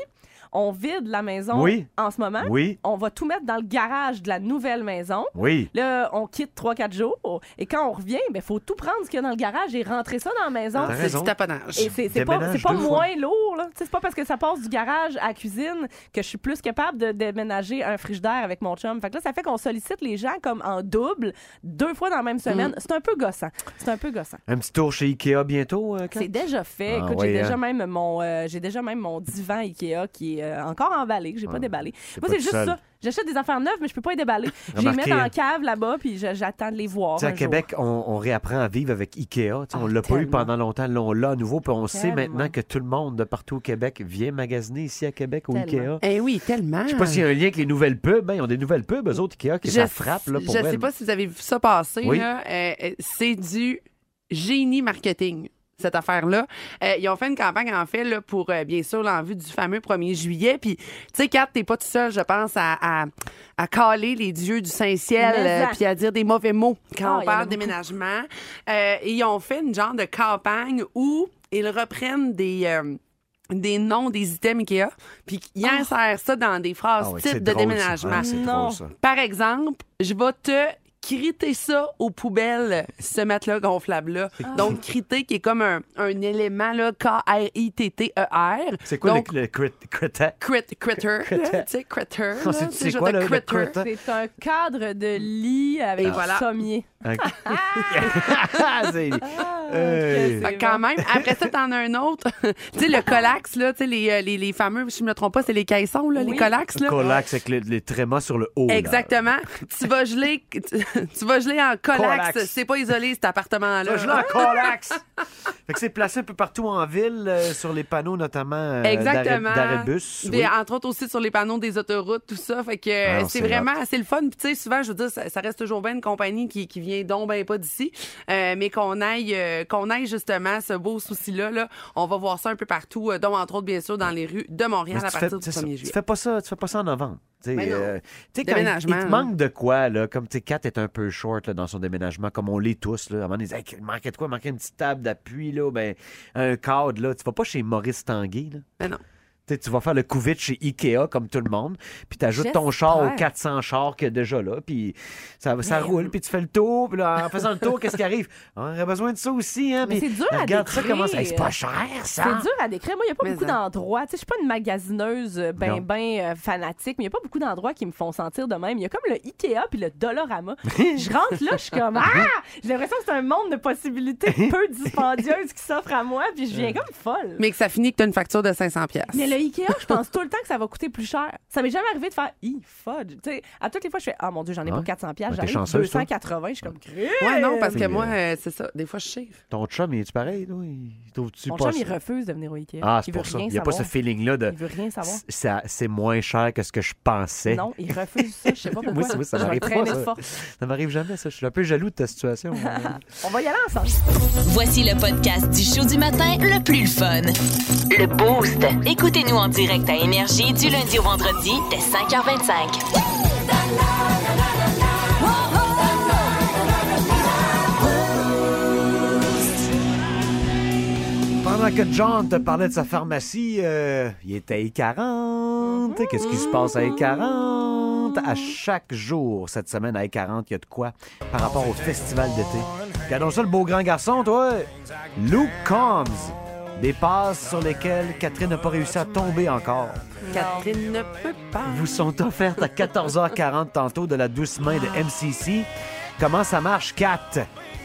[SPEAKER 5] on vide la maison
[SPEAKER 3] Oui.
[SPEAKER 5] en ce moment.
[SPEAKER 3] Oui,
[SPEAKER 5] On va tout mettre dans le garage de la nouvelle maison.
[SPEAKER 3] oui.
[SPEAKER 5] Là, on quitte 3-4 jours. Et quand on revient, il faut tout prendre ce qu'il y a dans le garage et rentrer ça dans la maison.
[SPEAKER 3] T'as
[SPEAKER 4] C'est
[SPEAKER 3] raison.
[SPEAKER 4] du tapanage.
[SPEAKER 5] Et c'est c'est pas,
[SPEAKER 3] Ah, Déménage
[SPEAKER 5] c'est pas
[SPEAKER 3] deux fois.
[SPEAKER 5] moins lourd, là. Tu sais, C'est pas parce que ça passe du garage à la cuisine que je suis plus capable de déménager un frigidaire avec mon chum. Fait que là, ça fait qu'on sollicite les gens comme en double, deux fois dans la même semaine.
[SPEAKER 3] Mm.
[SPEAKER 5] C'est un peu gossant. C'est un peu gossant.
[SPEAKER 3] Un petit tour chez Ikea bientôt, euh, Kat?
[SPEAKER 5] C'est déjà fait.
[SPEAKER 3] Ah,
[SPEAKER 5] Écoute,
[SPEAKER 3] ouais,
[SPEAKER 5] j'ai déjà
[SPEAKER 3] hein.
[SPEAKER 5] même mon euh, j'ai déjà même mon divan IKEA qui est euh, encore emballé, que j'ai pas déballé. Moi,
[SPEAKER 3] Ah, pas
[SPEAKER 5] c'est
[SPEAKER 3] tout
[SPEAKER 5] juste
[SPEAKER 3] seul.
[SPEAKER 5] ça. J'achète des affaires neuves, mais je peux pas
[SPEAKER 3] [laughs]
[SPEAKER 5] les déballer. je les
[SPEAKER 3] Remarquez,
[SPEAKER 5] mets dans
[SPEAKER 3] hein.
[SPEAKER 5] la cave là-bas, puis je- j'attends de les voir.
[SPEAKER 3] Tu sais, à
[SPEAKER 5] un jour.
[SPEAKER 3] Québec, on, on réapprend à vivre avec Ikea. Tu sais, on
[SPEAKER 5] Ah,
[SPEAKER 3] l'a pas eu
[SPEAKER 5] tellement.
[SPEAKER 3] pendant longtemps. Là, on l'a à nouveau. Puis on sait
[SPEAKER 5] Tellement.
[SPEAKER 3] maintenant que tout le monde de partout au Québec vient magasiner ici à Québec au
[SPEAKER 5] Tellement.
[SPEAKER 3] Ikea.
[SPEAKER 4] Eh oui, tellement.
[SPEAKER 3] Je sais pas s'il y a un lien avec les nouvelles pubs. hein. Ils ont des nouvelles pubs, eux autres, Ikea, qui ça frappe. Là, pour
[SPEAKER 4] je
[SPEAKER 3] vrai.
[SPEAKER 4] sais pas si vous avez vu ça passer.
[SPEAKER 3] Oui.
[SPEAKER 4] là. Euh, euh, c'est du génie marketing cette affaire-là. Euh, ils ont fait une campagne, en fait, là, pour, euh, bien sûr, l'envie du fameux 1er juillet. Puis, tu sais, Kat, t'es pas tout seul, je pense, à, à, à caler les dieux du Saint-Ciel
[SPEAKER 5] Mais
[SPEAKER 4] euh,
[SPEAKER 5] en.
[SPEAKER 4] puis à dire des mauvais mots
[SPEAKER 5] Ah,
[SPEAKER 4] quand
[SPEAKER 5] il
[SPEAKER 4] on
[SPEAKER 5] y en a
[SPEAKER 4] parle
[SPEAKER 5] beaucoup.
[SPEAKER 4] déménagement. Euh, et ils ont fait une genre de campagne où ils reprennent des... euh, des noms des items Ikea, puis ils
[SPEAKER 5] Ah.
[SPEAKER 4] insèrent ça dans des phrases
[SPEAKER 3] Ah ouais, c'est
[SPEAKER 4] types de
[SPEAKER 3] drôle, ça.
[SPEAKER 4] déménagement.
[SPEAKER 3] Ah, c'est
[SPEAKER 5] Non.
[SPEAKER 3] drôle, ça.
[SPEAKER 4] Par exemple, je vais te criter ça aux poubelles, ce matelas gonflable-là. Donc, criter qui est comme un, un élément, là, K-R-I-T-T-E-R.
[SPEAKER 3] C'est quoi
[SPEAKER 4] E Donc,
[SPEAKER 3] le, le crit, critin?
[SPEAKER 4] crit- critter, là, tu sais, critter, là,
[SPEAKER 3] Ah, c'est-
[SPEAKER 4] tu sais,
[SPEAKER 3] c'est
[SPEAKER 4] genre
[SPEAKER 3] quoi,
[SPEAKER 4] de
[SPEAKER 3] là, le
[SPEAKER 4] critter.
[SPEAKER 3] critter?
[SPEAKER 5] C'est un cadre de lit avec
[SPEAKER 4] Et
[SPEAKER 5] un
[SPEAKER 4] voilà.
[SPEAKER 5] sommier. [laughs]
[SPEAKER 3] Un- hein? [laughs] C'est- Hey.
[SPEAKER 5] ok,
[SPEAKER 4] Fait que quand même, après ça, t'en as un autre. [laughs] tu sais, le colax, là, tu sais, les, euh, les, les fameux, si je me trompe pas, c'est les caissons, là, les
[SPEAKER 5] Oui.
[SPEAKER 4] colax, là.
[SPEAKER 3] Colax avec les, les trémas sur le haut. là.
[SPEAKER 4] Exactement. tu vas geler, tu, [laughs] tu vas geler en colax.
[SPEAKER 3] Colax.
[SPEAKER 4] C'est pas isolé, cet appartement-là.
[SPEAKER 3] Ah, Je l'ai en colax. fait que c'est placé un peu partout en ville, euh, sur les panneaux notamment euh,
[SPEAKER 4] Exactement.
[SPEAKER 3] d'arrêt- d'arrêt de bus.
[SPEAKER 4] Des-
[SPEAKER 3] oui.
[SPEAKER 4] Entre autres aussi sur les panneaux des autoroutes, tout ça. Fait que
[SPEAKER 3] Ah
[SPEAKER 4] euh,
[SPEAKER 3] non,
[SPEAKER 4] c'est
[SPEAKER 3] c'est
[SPEAKER 4] vraiment assez le fun. Puis tu sais, souvent, je veux dire, ça, ça reste toujours bien une compagnie qui, qui vient donc ben pas d'ici. Euh, mais qu'on aille euh, qu'on aille justement ce beau souci-là, là, on va voir ça un peu partout, euh, dont entre autres, bien sûr, dans les rues de Montréal
[SPEAKER 3] Mais
[SPEAKER 4] à
[SPEAKER 3] tu
[SPEAKER 4] partir
[SPEAKER 3] fais-
[SPEAKER 4] du
[SPEAKER 3] c'est ça,
[SPEAKER 4] 1er
[SPEAKER 3] Tu
[SPEAKER 4] juillet.
[SPEAKER 3] fais pas ça, tu fais pas ça en novembre. Tu sais,
[SPEAKER 4] Mais non.
[SPEAKER 3] euh, tu sais, quand il, il
[SPEAKER 4] Déménagement,
[SPEAKER 3] te
[SPEAKER 4] là.
[SPEAKER 3] manque de quoi, là, comme tu sais, Kat est un peu short là, dans son déménagement, comme on l'est tous. Là. À un moment donné, il dit, Hey, il manquait de quoi? Il manquait une petite table d'appui, là, ben, un cadre. Là. Tu vas pas chez Maurice Tanguay. Là.
[SPEAKER 4] Mais Ben non.
[SPEAKER 3] Tu sais, tu vas faire le couvite chez Ikea comme tout le monde, puis tu ajoutes ton char aux 400 chars qu'il y a déjà là, puis ça, ça roule, puis tu fais le tour, puis là, en faisant le tour, qu'est-ce qui arrive? On aurait besoin de ça aussi, hein?
[SPEAKER 5] Mais
[SPEAKER 3] puis
[SPEAKER 5] c'est dur à
[SPEAKER 3] Regarde ça,
[SPEAKER 5] décrire.
[SPEAKER 3] comment ça... Hey, c'est pas cher, ça!
[SPEAKER 5] C'est dur à décrire. Moi, il n'y a pas
[SPEAKER 4] Mais
[SPEAKER 5] beaucoup
[SPEAKER 4] ça.
[SPEAKER 5] d'endroits. Tu sais, je suis pas une magasineuse euh,
[SPEAKER 3] hein. Non.
[SPEAKER 5] ben, ben euh, fanatique, mais il n'y a pas beaucoup d'endroits qui me font sentir de même. Il y a comme le Ikea puis le Dollarama.
[SPEAKER 3] [laughs]
[SPEAKER 5] je rentre là, je suis comme Ah! J'ai l'impression que c'est un monde de
[SPEAKER 3] [laughs]
[SPEAKER 5] possibilités peu dispendieuses qui s'offrent à moi, puis je viens comme folle. Mais...
[SPEAKER 4] Mais que ça finit que t'as une facture de 500 pièces.
[SPEAKER 5] le Ikea, je pense tout le temps que ça va coûter plus cher. Ça m'est jamais arrivé de faire Hi, fudge. Tu sais, à toutes les fois, je fais Ah mon Dieu, j'en ai
[SPEAKER 3] Ouais.
[SPEAKER 5] pas 400$,
[SPEAKER 3] Ouais, t'es
[SPEAKER 5] j'arrive
[SPEAKER 3] chanceuse, toi.
[SPEAKER 5] 280$. Je suis comme
[SPEAKER 4] Ouais, non, parce que
[SPEAKER 3] Mais,
[SPEAKER 4] moi, euh, c'est ça. Des fois, je chiffre.
[SPEAKER 3] Ton chum, il est pareil, toi? Il trouve-tu
[SPEAKER 5] Mon
[SPEAKER 3] pas
[SPEAKER 5] chum, il
[SPEAKER 3] ça?
[SPEAKER 5] refuse de venir au Ikea.
[SPEAKER 3] Ah, c'est
[SPEAKER 5] il veut
[SPEAKER 3] pour ça.
[SPEAKER 5] rien
[SPEAKER 3] Il n'y a pas ce
[SPEAKER 5] savoir.
[SPEAKER 3] feeling-là de
[SPEAKER 5] Il veut rien savoir.
[SPEAKER 3] c'est- ça- c'est moins cher que ce que je pensais.
[SPEAKER 5] Non, il refuse ça. Je sais
[SPEAKER 3] [laughs]
[SPEAKER 5] pas pourquoi.
[SPEAKER 3] Moi, ça, ça
[SPEAKER 5] Je vais
[SPEAKER 3] m'arrive
[SPEAKER 5] le
[SPEAKER 3] pas.
[SPEAKER 5] traîner de
[SPEAKER 3] Ça,
[SPEAKER 5] force.
[SPEAKER 3] Ça m'arrive jamais, ça. Je suis un peu jaloux de ta situation. hein.
[SPEAKER 5] On va y aller ensemble.
[SPEAKER 1] Voici le podcast du show du matin le plus le fun. Le Boost. Écoutez-nous en direct à Énergie du lundi au vendredi dès 5h25.
[SPEAKER 3] Pendant que John te parlait de sa pharmacie, euh, il était à 40. Qu'est-ce qui se passe à 40? À chaque jour cette semaine à 40, il y a de quoi par rapport au festival d'été. Regardons ça, le beau grand garçon, toi. Luke Combs. Des passes sur lesquelles Catherine n'a pas réussi à tomber encore.
[SPEAKER 4] Catherine ne peut pas.
[SPEAKER 3] vous sont offertes à 14h40 tantôt de la douce main de MCC. Comment ça marche, Kat?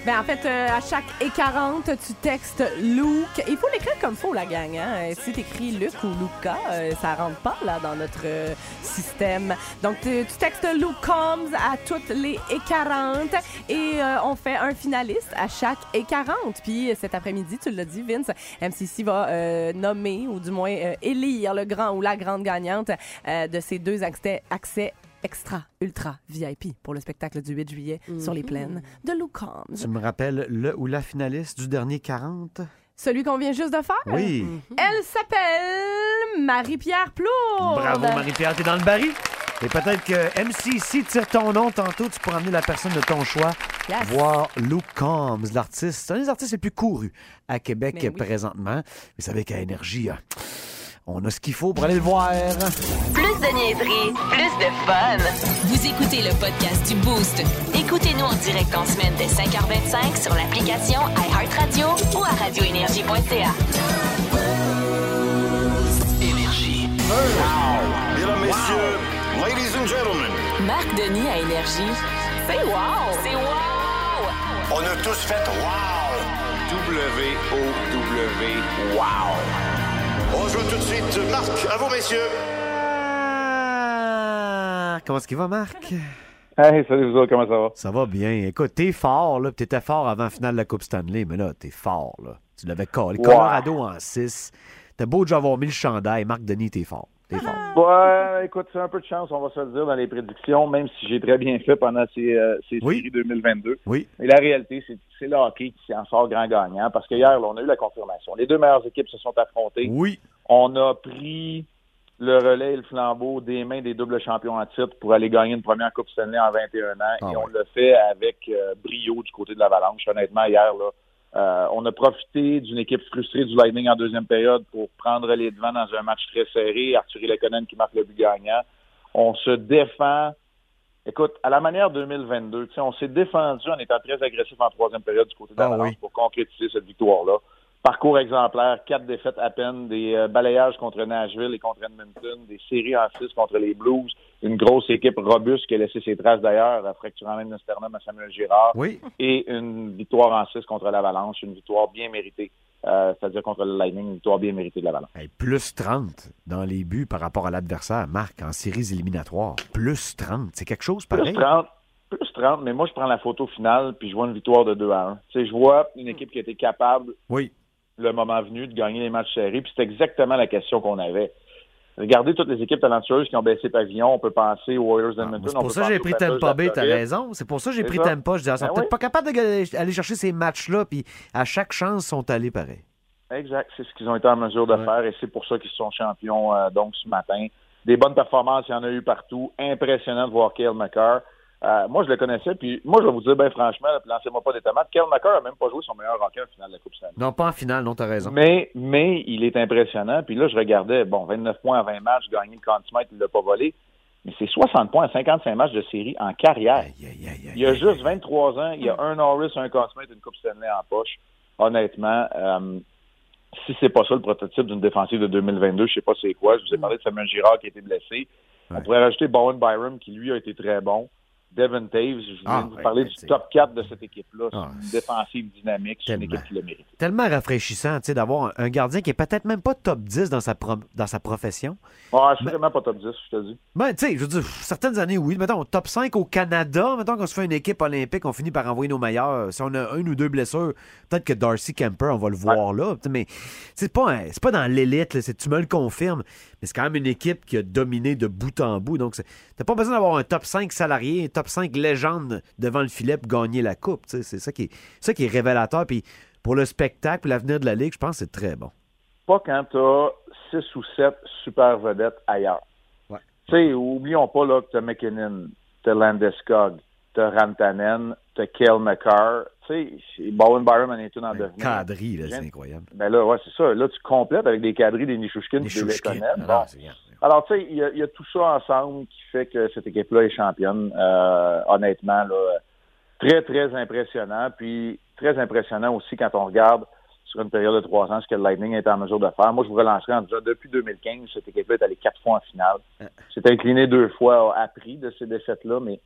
[SPEAKER 5] Ben, en fait, euh, à chaque écarante, tu textes Luke. Il faut l'écrire comme faut, la gang. Hein? Euh, Si t'écris Luke ou Luca, euh, ça rentre pas là dans notre euh, système. Donc, tu, tu textes Luke Combs à toutes les écarantes et euh, on fait un finaliste à chaque écarante. Puis euh, cet après-midi, tu l'as dit, Vince, MCC va euh, nommer ou du moins euh, élire le grand ou la grande gagnante euh, de ces deux accès, accès extra, ultra, VIP pour le spectacle du 8 juillet sur les plaines de Luke Combs.
[SPEAKER 3] Tu me rappelles le ou la finaliste du dernier 40?
[SPEAKER 5] Celui qu'on vient juste de faire?
[SPEAKER 3] Oui.
[SPEAKER 5] Elle s'appelle Marie-Pierre Plourde. Oh,
[SPEAKER 3] Bravo,
[SPEAKER 5] ben.
[SPEAKER 3] Marie-Pierre, t'es dans le baril. Et peut-être que MCC tire ton nom tantôt, tu pourras amener la personne de ton choix.
[SPEAKER 5] Yes.
[SPEAKER 3] Voir Luke Combs, l'artiste, c'est un des artistes les plus courus à Québec
[SPEAKER 5] Mais Ben oui.
[SPEAKER 3] présentement. Vous savez qu'à Énergie, euh, on a ce qu'il faut pour aller le voir.
[SPEAKER 1] Plus de niaiserie, plus de fun. Vous écoutez le podcast du Boost. Écoutez-nous en direct en semaine dès 5h25 sur l'application iHeartRadio ou à radioénergie.ca.
[SPEAKER 9] Mesdames, messieurs, ladies and gentlemen,
[SPEAKER 1] Marc Denis à Énergie. C'est wow! C'est wow!
[SPEAKER 9] on a tous fait wow! W-O-W, wow! On joue tout de suite. Marc, à vous, messieurs.
[SPEAKER 3] Ah, Comment est-ce qu'il va, Marc?
[SPEAKER 10] Hey, salut vous autres, comment ça va?
[SPEAKER 3] Ça va bien. Écoute, t'es fort, là. pis T'étais fort avant la finale de la Coupe Stanley, mais là, t'es fort, là. Tu l'avais collé.
[SPEAKER 10] Ouais.
[SPEAKER 3] Colorado en 6. T'as beau déjà avoir mis le chandail. Marc Denis, t'es fort. T'es
[SPEAKER 5] Ah.
[SPEAKER 3] fort.
[SPEAKER 10] Ouais, écoute, c'est un peu de chance, on va se le dire dans les prédictions, même si j'ai très bien fait pendant ces, euh, ces
[SPEAKER 3] Oui.
[SPEAKER 10] séries 2022.
[SPEAKER 3] Oui.
[SPEAKER 10] Mais la réalité, c'est c'est le hockey qui en sort grand gagnant parce que hier, là, on a eu la confirmation. Les deux meilleures équipes se sont affrontées.
[SPEAKER 3] Oui.
[SPEAKER 10] On a pris le relais et le flambeau des mains des doubles champions en titre pour aller gagner une première Coupe Stanley en 21 ans.
[SPEAKER 3] Ah
[SPEAKER 10] et
[SPEAKER 3] ouais.
[SPEAKER 10] on le fait avec euh, brio du côté de l'Avalanche. Honnêtement, hier, là, Euh, on a profité d'une équipe frustrée du Lightning en deuxième période pour prendre les devants dans un match très serré. Arthur Lekonen qui marque le but gagnant. On se défend. Écoute, à la manière 2022, tu sais, on s'est défendu en étant très agressif en troisième période du côté de la
[SPEAKER 11] Ah
[SPEAKER 10] Valence
[SPEAKER 11] oui.
[SPEAKER 10] pour concrétiser cette victoire-là. Parcours exemplaire, quatre défaites à peine, des euh, balayages contre Nashville et contre Edmonton, des séries en six contre les Blues, une grosse équipe robuste qui a laissé ses traces d'ailleurs, euh, fracturant même le sternum à Samuel
[SPEAKER 3] [laughs]
[SPEAKER 10] Girard, et une victoire en six contre l'Avalanche, une victoire bien méritée, euh, c'est-à-dire contre le Lightning, une victoire bien méritée de l'Avalanche.
[SPEAKER 3] Plus 30 dans les buts par rapport à l'adversaire, Marc, en séries éliminatoires. Plus 30, c'est quelque chose pareil.
[SPEAKER 10] Plus 30, plus 30, mais moi, je prends la photo finale, puis je vois une victoire de 2 à 1. Tu sais, je vois une équipe qui était capable,
[SPEAKER 3] oui.
[SPEAKER 10] le moment venu, de gagner les matchs serrés, puis c'est exactement la question qu'on avait. Regardez toutes les équipes talentueuses qui ont baissé pavillon. On peut penser aux Warriors d'Edmonton.
[SPEAKER 3] Ah, C'est
[SPEAKER 10] on
[SPEAKER 3] pour
[SPEAKER 10] peut
[SPEAKER 3] ça que j'ai
[SPEAKER 10] penser aux
[SPEAKER 3] pris
[SPEAKER 10] Panthers
[SPEAKER 3] Tampa
[SPEAKER 10] de la
[SPEAKER 3] Bay, t'as
[SPEAKER 10] Floride.
[SPEAKER 3] raison. C'est pour ça que j'ai
[SPEAKER 10] C'est
[SPEAKER 3] pris
[SPEAKER 10] ça.
[SPEAKER 3] Tampa. Je disais, ils sont
[SPEAKER 10] Ben
[SPEAKER 3] peut-être
[SPEAKER 10] oui.
[SPEAKER 3] pas capables d'aller chercher ces matchs-là, puis à chaque chance, ils sont allés pareil.
[SPEAKER 10] Exact, c'est ce qu'ils ont été en mesure de faire et c'est pour ça qu'ils sont champions euh, donc ce matin. Des bonnes performances, il y en a eu partout. Impressionnant de voir Kyle McCarr. Euh, moi, je le connaissais, puis moi, je vais vous dire, ben franchement, là, puis lancez-moi pas des tomates. Kyle McCarr a même pas joué son meilleur hockey en finale de la Coupe Stanley.
[SPEAKER 3] Non, pas en finale, non, t'as raison.
[SPEAKER 10] Mais, mais il est impressionnant. Puis là, je regardais, bon, 29 points en 20 matchs, gagné le Conn Smythe, il l'a pas volé. Mais c'est 60 points en 55 matchs de série en carrière. il a juste 23 ans, il a un Norris, un Conn Smythe, une Coupe Stanley en poche. Honnêtement, euh, si c'est pas ça le prototype d'une défensive de 2022, je sais pas c'est quoi. Je vous ai parlé de Samuel Girard qui a été blessé. On pourrait rajouter Bowen Byram qui lui a été très bon. Devin Taves, je voulais
[SPEAKER 3] Ah,
[SPEAKER 10] vous
[SPEAKER 3] ouais,
[SPEAKER 10] parler
[SPEAKER 3] ouais,
[SPEAKER 10] du
[SPEAKER 3] c'est-
[SPEAKER 10] top 4 de cette équipe-là.
[SPEAKER 3] Ah,
[SPEAKER 10] c'est une défensive dynamique, c'est une
[SPEAKER 3] tellement.
[SPEAKER 10] équipe qui le mérite.
[SPEAKER 3] Tellement rafraîchissant, tu sais, d'avoir un- un gardien qui est peut-être même pas top 10 dans sa, pro- dans sa profession.
[SPEAKER 10] Bon, Ah, assurément pas top 10, je te dis.
[SPEAKER 3] Ben, tu sais, je veux dire, pff, certaines années, oui. Mettons, top 5 au Canada, mettons qu'on se fait une équipe olympique, on finit par envoyer nos meilleurs. Si on a une ou deux blessures, peut-être que Darcy Kemper, on va le voir là. Tu sais, Mais c'est pas, un- c'est pas dans l'élite, là, c'est- tu me le confirmes. Mais c'est quand même une équipe qui a dominé de bout en bout. Donc, c'est- t'as pas besoin d'avoir un top 5 salarié, un top 5 légende devant le filet pour gagner la Coupe. tu sais. C'est ça qui est, ça qui est révélateur. Puis pour le spectacle, pour l'avenir de la Ligue, je pense que c'est très bon.
[SPEAKER 10] Pas quand t'as 6 ou 7 super vedettes ailleurs.
[SPEAKER 3] Ouais.
[SPEAKER 10] Tu sais, oublions pas là, que t'as McKinnon, t'as Landeskog, t'as Rantanen, t'as Kale McCarr. Tu sais, Bowen Byron en est
[SPEAKER 3] Ben,
[SPEAKER 10] une en devenir.
[SPEAKER 3] Cadri, là, c'est incroyable.
[SPEAKER 10] Ben là, ouais, c'est ça. Là, tu complètes avec des quadrilles, des Nichushkin, des
[SPEAKER 3] Chouchkine.
[SPEAKER 10] Lekonen.
[SPEAKER 3] Non,
[SPEAKER 10] Bon.
[SPEAKER 3] non, c'est bien.
[SPEAKER 10] Alors, tu sais, il y, a- il y a tout ça ensemble qui fait que cette équipe-là est championne. Euh, honnêtement, là, très, très impressionnant. Puis, très impressionnant aussi quand on regarde sur une période de trois ans ce que le Lightning est en mesure de faire. Moi, je vous relancerai en disant, depuis 2015, cette équipe-là est allée quatre fois en finale. C'est incliné deux fois à prix de ces défaites-là, mais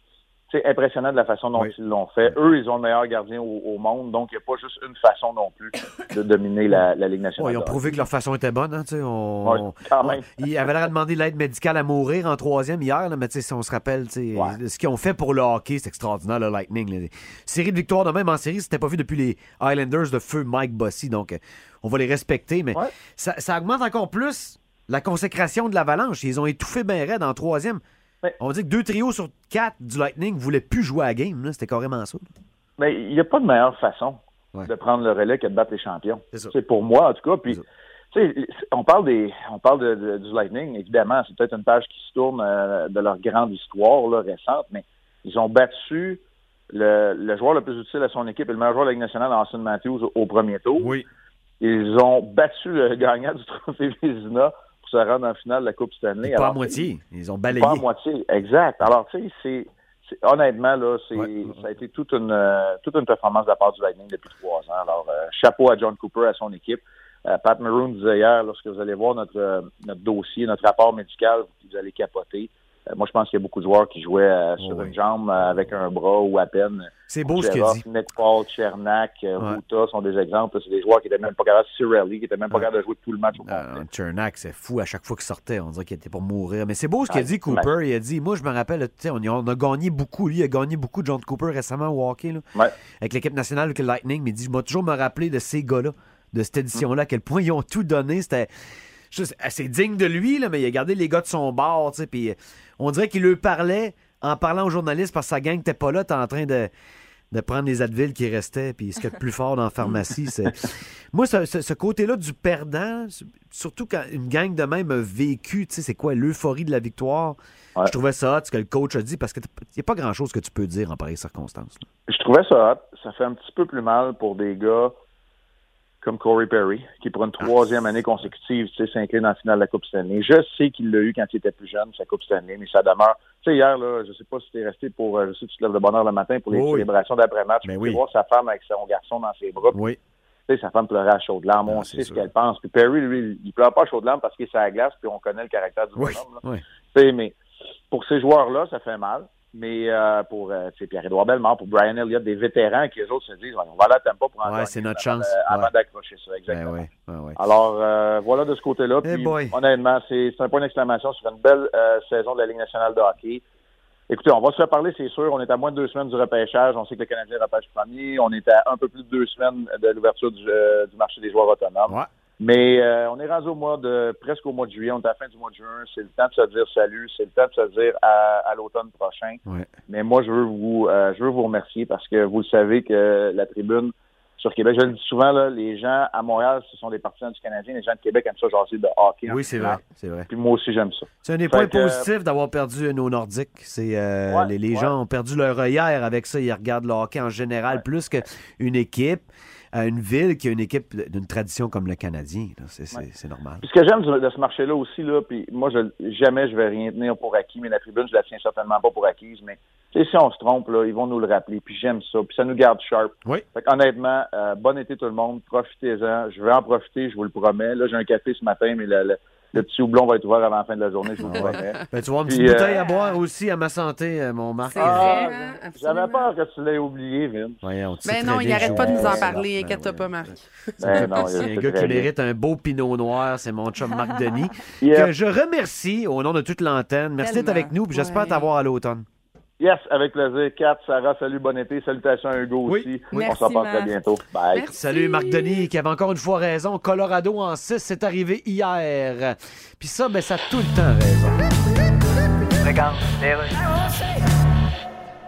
[SPEAKER 10] c'est impressionnant de la façon dont ils l'ont fait. Eux, ils ont le meilleur gardien au, au monde, donc il n'y a pas juste une façon non plus de dominer la, la Ligue nationale.
[SPEAKER 3] Ouais, ils ont
[SPEAKER 10] de
[SPEAKER 3] prouvé que leur façon était bonne. Hein, tu sais, on,
[SPEAKER 10] Ouais, quand même.
[SPEAKER 3] on- ils avaient l'air de demander l'aide médicale à mourir en troisième hier, là, mais tu sais, si on se rappelle, tu sais, ce qu'ils ont fait pour le hockey, c'est extraordinaire, le Lightning. là. Série de victoires de même en série, c'était pas vu depuis les Highlanders de feu Mike Bossy, donc euh, on va les respecter, mais ça, ça augmente encore plus la consécration de l'avalanche. Ils ont étouffé Ben Red en troisième. On dit que deux trios sur quatre du Lightning voulaient plus jouer à la game, là, c'était carrément ça.
[SPEAKER 10] Mais il n'y a pas de meilleure façon de prendre le relais que de battre les champions. C'est pour moi, en tout cas. Puis, tu sais, on parle des, on parle de- de- du Lightning. Évidemment, c'est peut-être une page qui se tourne euh, de leur grande histoire là, récente, mais ils ont battu le, le joueur le plus utile à son équipe et le meilleur joueur de la Ligue nationale, Austin Matthews, au, au premier tour.
[SPEAKER 3] Oui.
[SPEAKER 10] Ils ont battu le [laughs] gagnant du trophée Vézina pour se rendre en finale de la Coupe Stanley.
[SPEAKER 3] Pas à
[SPEAKER 10] Alors,
[SPEAKER 3] moitié, ils ont
[SPEAKER 10] pas à
[SPEAKER 3] balayé.
[SPEAKER 10] moitié, exact. Alors, tu sais, c'est, c'est- honnêtement, là, c'est, ça a été toute une, euh, toute une performance de la part du Lightning depuis trois ans. Alors, euh, chapeau à John Cooper, à son équipe. Euh, Pat Maroon disait hier, lorsque vous allez voir notre, euh, notre dossier, notre rapport médical, vous allez capoter. Euh, moi, je pense qu'il y a beaucoup de joueurs qui jouaient euh, sur une jambe, euh, avec un bras ou à peine.
[SPEAKER 3] Oh, C'est beau ce qu'il
[SPEAKER 10] Kucherov,
[SPEAKER 3] dit.
[SPEAKER 10] Nick Paul, Chernak, euh, Ruta sont des exemples. C'est des joueurs qui n'étaient même pas capables, Cirelli, qui n'étaient même pas capables de jouer tout le match au
[SPEAKER 3] Ah, Chernak, c'est fou. À chaque fois qu'il sortait, on dirait qu'il était pour mourir. Mais c'est beau ce qu'il a
[SPEAKER 10] Ah,
[SPEAKER 3] dit, Cooper. Il a dit, moi, je me rappelle, tu sais, on, y- on a gagné beaucoup. Lui, il a gagné beaucoup de John Cooper récemment au hockey, là,
[SPEAKER 10] Ouais.
[SPEAKER 3] avec l'équipe nationale, avec le Lightning. Mais il dit, je vais toujours me rappeler de ces gars-là, de cette édition-là, à quel point ils ont tout donné. C'était juste assez digne de lui, là, mais il a gardé les gars de son bord. tu sais, Puis euh, on dirait qu'il leur parlait en parlant aux journalistes parce que sa gang n'était pas là. T'es en train de de prendre les Advil qui restaient, puis ce qu'il y a de plus fort dans la pharmacie,
[SPEAKER 10] [laughs]
[SPEAKER 3] c'est... Moi, ce, ce- ce côté-là du perdant, surtout quand une gang de même a vécu, tu sais, c'est quoi, l'euphorie de la victoire, je trouvais ça hot, ce que le coach a dit, parce qu'il n'y a pas grand-chose que tu peux dire en pareille circonstance.
[SPEAKER 10] je trouvais ça hot. Ça fait un petit peu plus mal pour des gars comme Corey Perry, qui pour une
[SPEAKER 3] Ah.
[SPEAKER 10] troisième année consécutive, tu sais, s'incline en finale de la Coupe Stanley. Je sais qu'il l'a eu quand il était plus jeune, sa Coupe Stanley, mais ça demeure. Tu sais, hier, là, je sais pas si t'es resté pour, euh, je sais que tu te lèves de bonne heure le matin pour les
[SPEAKER 3] Oui.
[SPEAKER 10] célébrations d'après-match.
[SPEAKER 3] Ben
[SPEAKER 10] Tu
[SPEAKER 3] oui.
[SPEAKER 10] peux voir sa femme avec son garçon dans ses bras.
[SPEAKER 3] Oui.
[SPEAKER 10] Tu sais, sa femme pleurait à chaudes larmes.
[SPEAKER 3] Ah,
[SPEAKER 10] On
[SPEAKER 3] c'est
[SPEAKER 10] sait ce
[SPEAKER 3] sûr.
[SPEAKER 10] qu'elle pense. Puis Perry, lui, il pleure pas à chaudes larmes parce qu'il est sur la glace, puis on connaît le caractère du
[SPEAKER 3] Oui.
[SPEAKER 10] bonhomme. là.
[SPEAKER 3] oui.
[SPEAKER 10] Tu sais, mais pour ces joueurs-là, ça fait mal. Mais euh, pour euh, tu sais, Pierre-Édouard Bellemare, pour Brian Elliott, des vétérans qui, eux autres, se disent, on va là, t'aimes pas pour en
[SPEAKER 3] Ouais,
[SPEAKER 10] gagner
[SPEAKER 3] c'est notre
[SPEAKER 10] avant,
[SPEAKER 3] chance.
[SPEAKER 10] euh, avant
[SPEAKER 3] Ouais.
[SPEAKER 10] d'accrocher ça,
[SPEAKER 3] Ben
[SPEAKER 10] exactement.
[SPEAKER 3] oui. Ben oui.
[SPEAKER 10] Alors, euh, voilà de ce côté-là.
[SPEAKER 3] Eh
[SPEAKER 10] Puis,
[SPEAKER 3] boy.
[SPEAKER 10] honnêtement, c'est c'est un point d'exclamation sur une belle euh, saison de la Ligue nationale de hockey. Écoutez, on va se reparler, c'est sûr. On est à moins de deux semaines du repêchage. On sait que le Canadien repêche premier. On est à un peu plus de deux semaines de l'ouverture du, euh, du marché des joueurs autonomes.
[SPEAKER 3] Ah, Ouais.
[SPEAKER 10] Mais euh, on est rendu au mois de presque au mois de juillet, on est à la fin du mois de juin, c'est le temps de se dire salut, c'est le temps de se dire à, à l'automne prochain.
[SPEAKER 3] Ouais.
[SPEAKER 10] Mais moi je veux vous euh, je veux vous remercier parce que vous le savez que la tribune sur Québec, je le dis souvent là, les gens à Montréal, ce sont des partisans du Canadien, les gens de Québec aiment ça jaser de hockey. en
[SPEAKER 3] Oui, c'est vrai.
[SPEAKER 10] général.
[SPEAKER 3] C'est vrai.
[SPEAKER 10] Puis moi aussi j'aime ça.
[SPEAKER 3] C'est un des
[SPEAKER 10] Fait
[SPEAKER 3] points
[SPEAKER 10] que- euh,
[SPEAKER 3] positifs d'avoir perdu euh, nos Nordiques. C'est euh,
[SPEAKER 10] Ouais,
[SPEAKER 3] les, les
[SPEAKER 10] ouais.
[SPEAKER 3] gens ont perdu leur œillère avec ça. Ils regardent le hockey en général plus qu'une équipe, euh, une ville qui a une équipe d'une tradition comme le Canadien. là. C'est c'est- c'est normal.
[SPEAKER 10] Puis ce que j'aime du- de ce marché-là aussi, là, puis moi, je, jamais je vais rien tenir pour acquis, mais la tribune, je la tiens certainement pas pour acquise, mais tu sais, si on se trompe, là, ils vont nous le rappeler, puis j'aime ça, puis ça nous garde sharp.
[SPEAKER 3] Oui.
[SPEAKER 10] Fait honnêtement, euh, bon été tout le monde, profitez-en, je vais en profiter, je vous le promets. Là, j'ai un café ce matin, mais le, le- le petit houblon va être ouvert avant la fin de la journée, je vous le
[SPEAKER 3] Ah ouais.
[SPEAKER 10] promets.
[SPEAKER 3] Ben, tu vois, une
[SPEAKER 10] Puis,
[SPEAKER 3] petite
[SPEAKER 10] euh,
[SPEAKER 3] bouteille à boire aussi à ma santé, euh, mon Marc.
[SPEAKER 4] C'est
[SPEAKER 10] Ah,
[SPEAKER 4] vrai, hein,
[SPEAKER 10] J'avais
[SPEAKER 4] absolument.
[SPEAKER 10] peur que tu l'aies oublié, Vin.
[SPEAKER 3] Voyons, tu sais
[SPEAKER 4] Ben
[SPEAKER 3] très
[SPEAKER 4] non, il
[SPEAKER 3] bien
[SPEAKER 4] n'arrête
[SPEAKER 3] que
[SPEAKER 4] pas de
[SPEAKER 3] je-
[SPEAKER 4] nous en
[SPEAKER 10] Ben,
[SPEAKER 4] parler,
[SPEAKER 3] ben
[SPEAKER 4] inquiète-toi
[SPEAKER 3] oui.
[SPEAKER 4] pas, Marc.
[SPEAKER 10] Ben non,
[SPEAKER 3] C'est un
[SPEAKER 10] c'est
[SPEAKER 3] gars
[SPEAKER 10] très
[SPEAKER 3] qui
[SPEAKER 10] bien.
[SPEAKER 3] mérite un beau pinot noir, c'est mon chum
[SPEAKER 4] [laughs]
[SPEAKER 3] Marc Denis,
[SPEAKER 10] Yep.
[SPEAKER 3] que je remercie au nom de toute l'antenne. Merci d'être
[SPEAKER 4] Tellement.
[SPEAKER 3] avec nous, puis j'espère
[SPEAKER 4] Ouais.
[SPEAKER 3] t'avoir à l'automne.
[SPEAKER 10] Yes, avec plaisir. Kat, Sarah, salut, bon été. Salutations à Hugo
[SPEAKER 3] Oui,
[SPEAKER 10] aussi.
[SPEAKER 5] oui.
[SPEAKER 10] On s'en
[SPEAKER 5] Merci,
[SPEAKER 10] parle très
[SPEAKER 5] Marc.
[SPEAKER 10] bientôt. Bye.
[SPEAKER 4] Merci.
[SPEAKER 3] Salut Marc Denis qui avait encore une fois raison. Colorado en 6, c'est arrivé hier. Puis ça, ben, ça a tout le temps raison.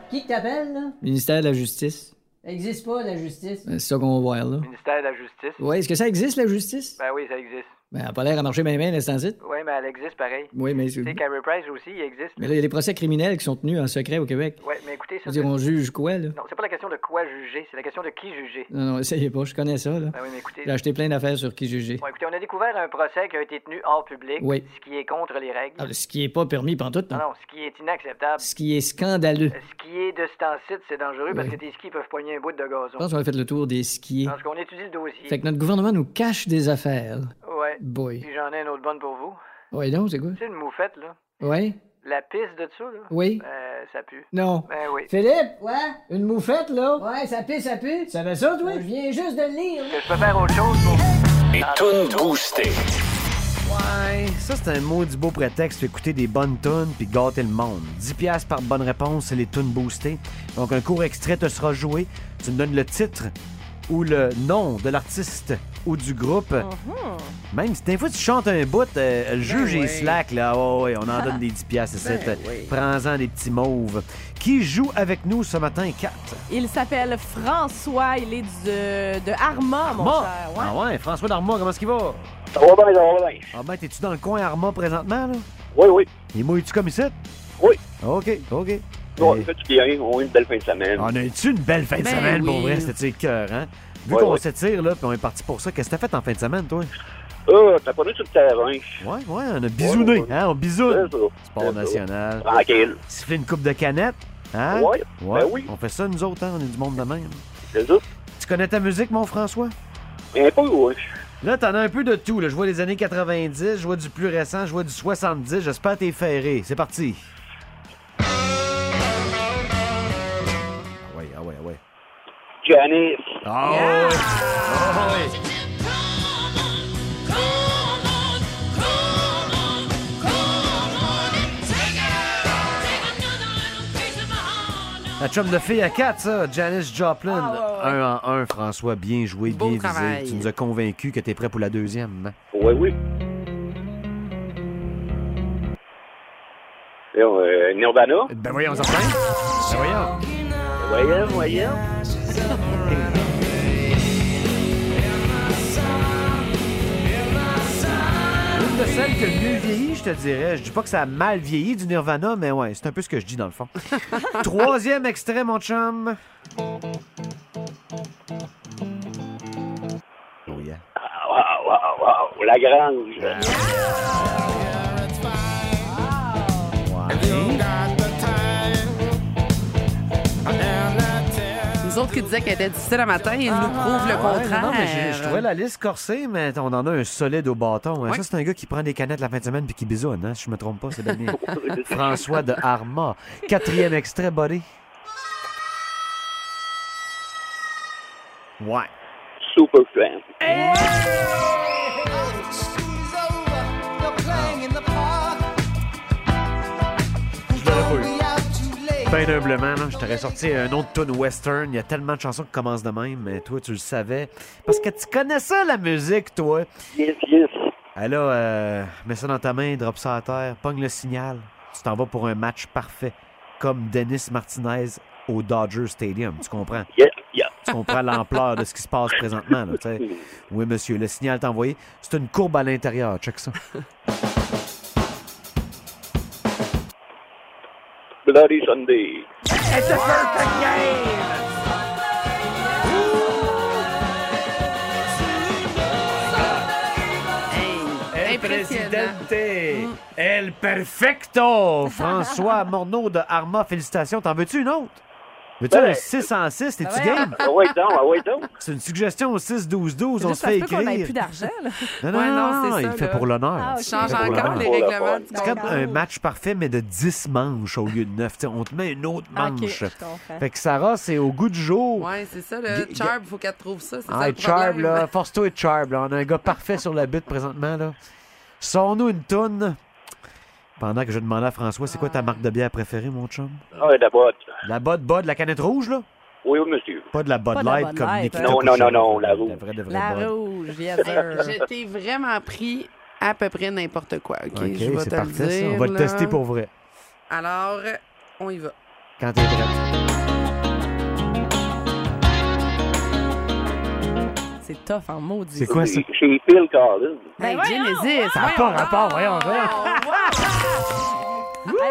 [SPEAKER 8] Qui que t'appelles, là?
[SPEAKER 6] Ministère de la Justice.
[SPEAKER 8] Existe pas, la justice.
[SPEAKER 6] C'est ça qu'on va voir, là.
[SPEAKER 7] Ministère de la Justice.
[SPEAKER 6] Ouais, est-ce que ça existe, la justice?
[SPEAKER 7] Ben oui, ça existe.
[SPEAKER 6] Ben, elle a pas l'air à marcher bien, bien, l'instant
[SPEAKER 7] Oui, mais elle existe pareil.
[SPEAKER 6] Oui, mais.
[SPEAKER 7] Tu sais, Carey Price aussi, il existe.
[SPEAKER 6] Mais là, il y a des procès criminels qui sont tenus en secret au Québec.
[SPEAKER 7] Ouais, mais écoutez,
[SPEAKER 6] Je
[SPEAKER 7] ça.
[SPEAKER 6] veux dire,
[SPEAKER 7] c'est-
[SPEAKER 6] on juge quoi, là?
[SPEAKER 7] Non, c'est pas la question de quoi juger, c'est la question de qui juger.
[SPEAKER 6] Non, non, essayez pas, je connais ça, là.
[SPEAKER 7] Ben oui, mais écoutez.
[SPEAKER 6] J'ai acheté plein d'affaires sur qui juger.
[SPEAKER 7] Bon, écoutez, on a découvert un procès qui a été tenu hors public,
[SPEAKER 6] Oui.
[SPEAKER 7] ce qui est contre les règles.
[SPEAKER 6] Ah, ce qui est pas permis pantoute,
[SPEAKER 7] Non,
[SPEAKER 6] non.
[SPEAKER 7] non, ce qui est inacceptable.
[SPEAKER 6] Ce qui est scandaleux.
[SPEAKER 7] Euh, Skier de ce temps-ci, c'est dangereux parce
[SPEAKER 6] Oui.
[SPEAKER 7] que tes skis peuvent poigner un bout de gazon.
[SPEAKER 6] Je pense qu'on a fait le tour des skiers.
[SPEAKER 7] Parce qu'on étudie le dossier.
[SPEAKER 6] Fait que notre gouvernement nous cache des affaires.
[SPEAKER 7] Ouais.
[SPEAKER 6] Boy.
[SPEAKER 7] Puis j'en ai une autre bonne pour vous.
[SPEAKER 6] Ouais, non, c'est quoi?
[SPEAKER 7] Tu sais, une moufette, là.
[SPEAKER 6] Ouais?
[SPEAKER 7] La piste de ça, là.
[SPEAKER 6] Oui?
[SPEAKER 7] Euh, ça pue.
[SPEAKER 6] Non.
[SPEAKER 7] Ben oui.
[SPEAKER 6] Philippe,
[SPEAKER 8] Quoi?
[SPEAKER 6] une moufette, là?
[SPEAKER 8] Ouais, ça pue, ça pue.
[SPEAKER 6] Tu savais ça, toi?
[SPEAKER 8] Je viens juste de le lire, là.
[SPEAKER 7] Que je peux faire autre chose pour.
[SPEAKER 3] Ouais, ça c'est un maudit beau prétexte pour écouter des bonnes tunes puis gâter le monde. 10 piastres par bonne réponse, c'est les tunes boostées. Donc un court extrait te sera joué, tu me donnes le titre ou le nom de l'artiste ou du groupe.
[SPEAKER 5] Uh-huh.
[SPEAKER 3] Même si des fois tu chantes un bout, euh,
[SPEAKER 5] Ben
[SPEAKER 3] le juge est slack là. Ah, Ouais, ouais, on en donne des 10 piastres
[SPEAKER 5] [laughs]
[SPEAKER 3] c'est ça. Prends-en des petits mauves. Qui joue avec nous ce matin 4
[SPEAKER 5] Il s'appelle François, il est du- de Arma, mon cher. Ouais.
[SPEAKER 3] Ah ouais, François Darma, comment est-ce qu'il va
[SPEAKER 10] Ça va bien, ça va bien.
[SPEAKER 3] Ah ben t'es-tu dans le coin Arma présentement là
[SPEAKER 10] Oui, oui.
[SPEAKER 3] Il mouille-tu comme ici?
[SPEAKER 10] Oui.
[SPEAKER 3] OK, OK.
[SPEAKER 11] Non,
[SPEAKER 3] Eh,
[SPEAKER 11] ça fait du bien. On a eu une belle fin de semaine.
[SPEAKER 3] on a eu une belle fin de
[SPEAKER 4] Ben
[SPEAKER 3] semaine, pour
[SPEAKER 4] oui.
[SPEAKER 3] vrai, c'était cœur, hein? Vu
[SPEAKER 11] Ouais,
[SPEAKER 3] qu'on
[SPEAKER 11] ouais.
[SPEAKER 3] s'étire, là, puis on est parti pour ça, qu'est-ce que t'as fait en fin de semaine, toi?
[SPEAKER 11] Ah, t'as pas vu sur le terrain.
[SPEAKER 3] Ouais, ouais, on a bisouné,
[SPEAKER 11] Ouais, ouais, ouais.
[SPEAKER 3] hein? On bisoune.
[SPEAKER 11] C'est ça.
[SPEAKER 3] Sport
[SPEAKER 11] C'est
[SPEAKER 3] national.
[SPEAKER 11] ça. Tranquille.
[SPEAKER 3] Siffler une coupe de canette, hein?
[SPEAKER 11] Ouais,
[SPEAKER 3] Ouais.
[SPEAKER 11] ben oui.
[SPEAKER 3] On fait ça, nous autres, hein? On est du monde de même.
[SPEAKER 11] C'est ça.
[SPEAKER 3] Tu connais ta musique, mon François?
[SPEAKER 11] Un peu, ouais.
[SPEAKER 3] Là, t'en as un peu de tout, là. Je vois les années 90, je vois du plus récent, je vois du 70. J'espère que t'es ferré. C'est parti. Ah ouais, ah ouais, ah ouais.
[SPEAKER 11] Janice.
[SPEAKER 3] Ah ouais. Ah ouais. La chum de fille à 4, ça, Janice Joplin.
[SPEAKER 5] Ah,
[SPEAKER 3] Un en un, François, bien joué,
[SPEAKER 4] Beau
[SPEAKER 3] bien
[SPEAKER 4] travail.
[SPEAKER 3] visé. Tu nous as convaincus que t'es prêt pour la deuxième. hein?
[SPEAKER 11] Ouais, oui. Là, euh, Nirvana.
[SPEAKER 3] Ben voyons, ça Ben
[SPEAKER 11] Voyons,
[SPEAKER 3] voyons.
[SPEAKER 11] voyons.
[SPEAKER 3] Une de celles qui a le mieux vieilli, je te dirais. Je dis pas que ça a mal vieilli du Nirvana, mais ouais, c'est un peu ce que je dis dans le fond. Troisième extrait, mon chum. Oh yeah.
[SPEAKER 11] wow, Ah, wow, la grange.
[SPEAKER 3] Ah,
[SPEAKER 4] Nous autres qui disaient qu'elle était difficile le matin, ils nous prouvent le
[SPEAKER 3] Ouais,
[SPEAKER 4] contraire.
[SPEAKER 3] non, non, mais j'ai- je, trouvais la liste corsée, mais on en a un solide au bâton. hein. Ça, c'est un gars qui prend des canettes la fin de semaine puis qui bisonne, hein, si je me trompe pas, c'est Damien. François de Arma. Quatrième extrait, buddy. Ouais.
[SPEAKER 11] Super fan.
[SPEAKER 3] Ben humblement, là, je t'aurais sorti un autre tune western. Il y a tellement de chansons qui commencent de même, mais toi, tu le savais. Parce que tu connais ça, la musique, toi.
[SPEAKER 11] Yes, yes.
[SPEAKER 3] Alors, euh, mets ça dans ta main, drop ça à terre, pogne le signal. Tu t'en vas pour un match parfait, comme Denis Martinez au Dodger Stadium. Tu comprends?
[SPEAKER 11] Yeah, yeah.
[SPEAKER 3] Tu comprends l'ampleur de ce qui se passe présentement. Là, tu sais. oui, monsieur, le signal t'a envoyé. C'est une courbe à l'intérieur. Check ça.
[SPEAKER 11] Bloody Sunday.
[SPEAKER 12] It's a perfect game!
[SPEAKER 3] El
[SPEAKER 5] Mm.
[SPEAKER 3] Presidente! El Perfecto!
[SPEAKER 5] [laughs]
[SPEAKER 3] François Morneau de Arma, félicitations. T'en veux-tu une autre?
[SPEAKER 5] Ben,
[SPEAKER 3] Veux-tu
[SPEAKER 11] Ouais.
[SPEAKER 3] un 6 en 6? T'es-tu
[SPEAKER 11] Ouais.
[SPEAKER 3] game?
[SPEAKER 11] Ah ouais, donc, ah ouais, donc.
[SPEAKER 3] C'est une suggestion au 6-12-12. On
[SPEAKER 5] Là,
[SPEAKER 3] se
[SPEAKER 5] ça
[SPEAKER 3] fait
[SPEAKER 5] se peut qu'on
[SPEAKER 3] écrire.
[SPEAKER 5] ait plus d'argent, là.
[SPEAKER 3] Non, non,
[SPEAKER 5] Ouais,
[SPEAKER 3] non,
[SPEAKER 5] c'est
[SPEAKER 3] il
[SPEAKER 5] ça,
[SPEAKER 3] fait
[SPEAKER 5] là.
[SPEAKER 3] pour l'honneur.
[SPEAKER 5] Ah, ok.
[SPEAKER 3] Il fait
[SPEAKER 5] Change
[SPEAKER 3] pour
[SPEAKER 5] encore
[SPEAKER 3] l'honneur.
[SPEAKER 5] les règlements du
[SPEAKER 3] C'est comme
[SPEAKER 5] concours.
[SPEAKER 3] un match parfait, mais de 10 manches au lieu de 9. on te met une autre
[SPEAKER 4] Ah,
[SPEAKER 3] [laughs]
[SPEAKER 4] ok,
[SPEAKER 3] manche.
[SPEAKER 4] je comprends.
[SPEAKER 3] fait que Sarah, c'est au goût du jour.
[SPEAKER 4] Ouais, c'est ça, le
[SPEAKER 3] Ga-
[SPEAKER 4] Charb, faut qu'elle trouve ça. C'est ça
[SPEAKER 3] Ah,
[SPEAKER 4] le
[SPEAKER 3] et Charb,
[SPEAKER 4] problème. hein.
[SPEAKER 3] là, force-toi et Charb. là. On a un gars parfait sur la butte présentement. là. Sors-nous une toune. Pendant que je demandais à François, c'est quoi ta marque de bière préférée, mon chum?
[SPEAKER 11] Ah, ouais, d'abord.
[SPEAKER 3] La Bud Bud, la canette rouge, là?
[SPEAKER 11] Oui, oui, monsieur.
[SPEAKER 3] Pas de la Bud
[SPEAKER 11] Pas de la
[SPEAKER 3] Light
[SPEAKER 11] Bud
[SPEAKER 3] comme
[SPEAKER 11] Light, hein.
[SPEAKER 3] Nikita
[SPEAKER 11] Non, non,
[SPEAKER 3] Kucherov.
[SPEAKER 11] non, non, la rouge.
[SPEAKER 3] vraie, de vraie
[SPEAKER 4] La
[SPEAKER 3] Bud.
[SPEAKER 5] rouge, yes, [laughs] sir.
[SPEAKER 4] Je t'ai vraiment pris à peu près n'importe quoi, OK?
[SPEAKER 3] OK,
[SPEAKER 4] Je vais
[SPEAKER 3] c'est
[SPEAKER 4] te le
[SPEAKER 3] parti, ça.
[SPEAKER 4] dire,
[SPEAKER 3] On va le
[SPEAKER 4] là.
[SPEAKER 3] tester pour vrai.
[SPEAKER 4] Alors, on y va.
[SPEAKER 3] Quand t'es prête.
[SPEAKER 5] C'est tough
[SPEAKER 4] hein,
[SPEAKER 5] en maudit.
[SPEAKER 3] C'est quoi ça?
[SPEAKER 11] Chez Phil Collins.
[SPEAKER 4] Ben, Genesis!
[SPEAKER 3] Ça n'a pas rapport, voyons, voyons.
[SPEAKER 5] Oh,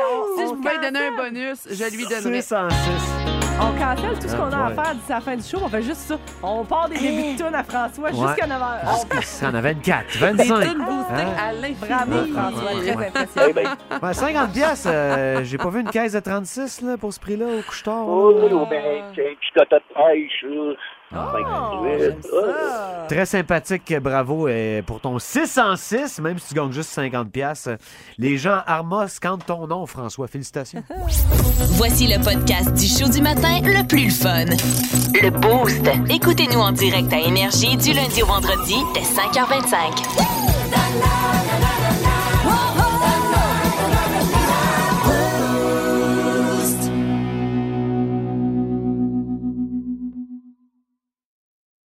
[SPEAKER 4] [laughs] Si je pouvais lui donner un bonus, je lui donnerais.
[SPEAKER 3] 606.
[SPEAKER 5] On cancelle tout ce qu'on a
[SPEAKER 3] Ah,
[SPEAKER 5] à
[SPEAKER 3] ouais.
[SPEAKER 5] faire d'ici la fin du show. On fait juste ça. On part des débuts de tune à François
[SPEAKER 3] Ouais.
[SPEAKER 5] jusqu'à 9h.
[SPEAKER 3] Jusqu'à- ça en a 24,
[SPEAKER 5] Des
[SPEAKER 3] 25.
[SPEAKER 5] tunes boostées
[SPEAKER 3] Hein?
[SPEAKER 5] à l'infini. Bravo, François.
[SPEAKER 3] Ouais,
[SPEAKER 5] Très
[SPEAKER 3] ouais.
[SPEAKER 11] Eh
[SPEAKER 5] impressionnant.
[SPEAKER 11] ben,
[SPEAKER 3] Ouais, 50 piastres, euh, j'ai pas vu une caisse de 36 là, pour ce prix-là au couche-tard.
[SPEAKER 11] Oh, oui, ben, c'est un petit coton de pêche, là.
[SPEAKER 10] Oh,
[SPEAKER 11] Cinquante-huit. Ah.
[SPEAKER 3] Très sympathique, bravo euh, pour ton 606, même si tu gagnes juste 50 pièces. Les gens Arma scandent ton nom, François. Félicitations.
[SPEAKER 1] Voici le podcast du show du matin le plus le fun. Le Boost. Écoutez-nous en direct à Énergie du lundi au vendredi dès 5h25.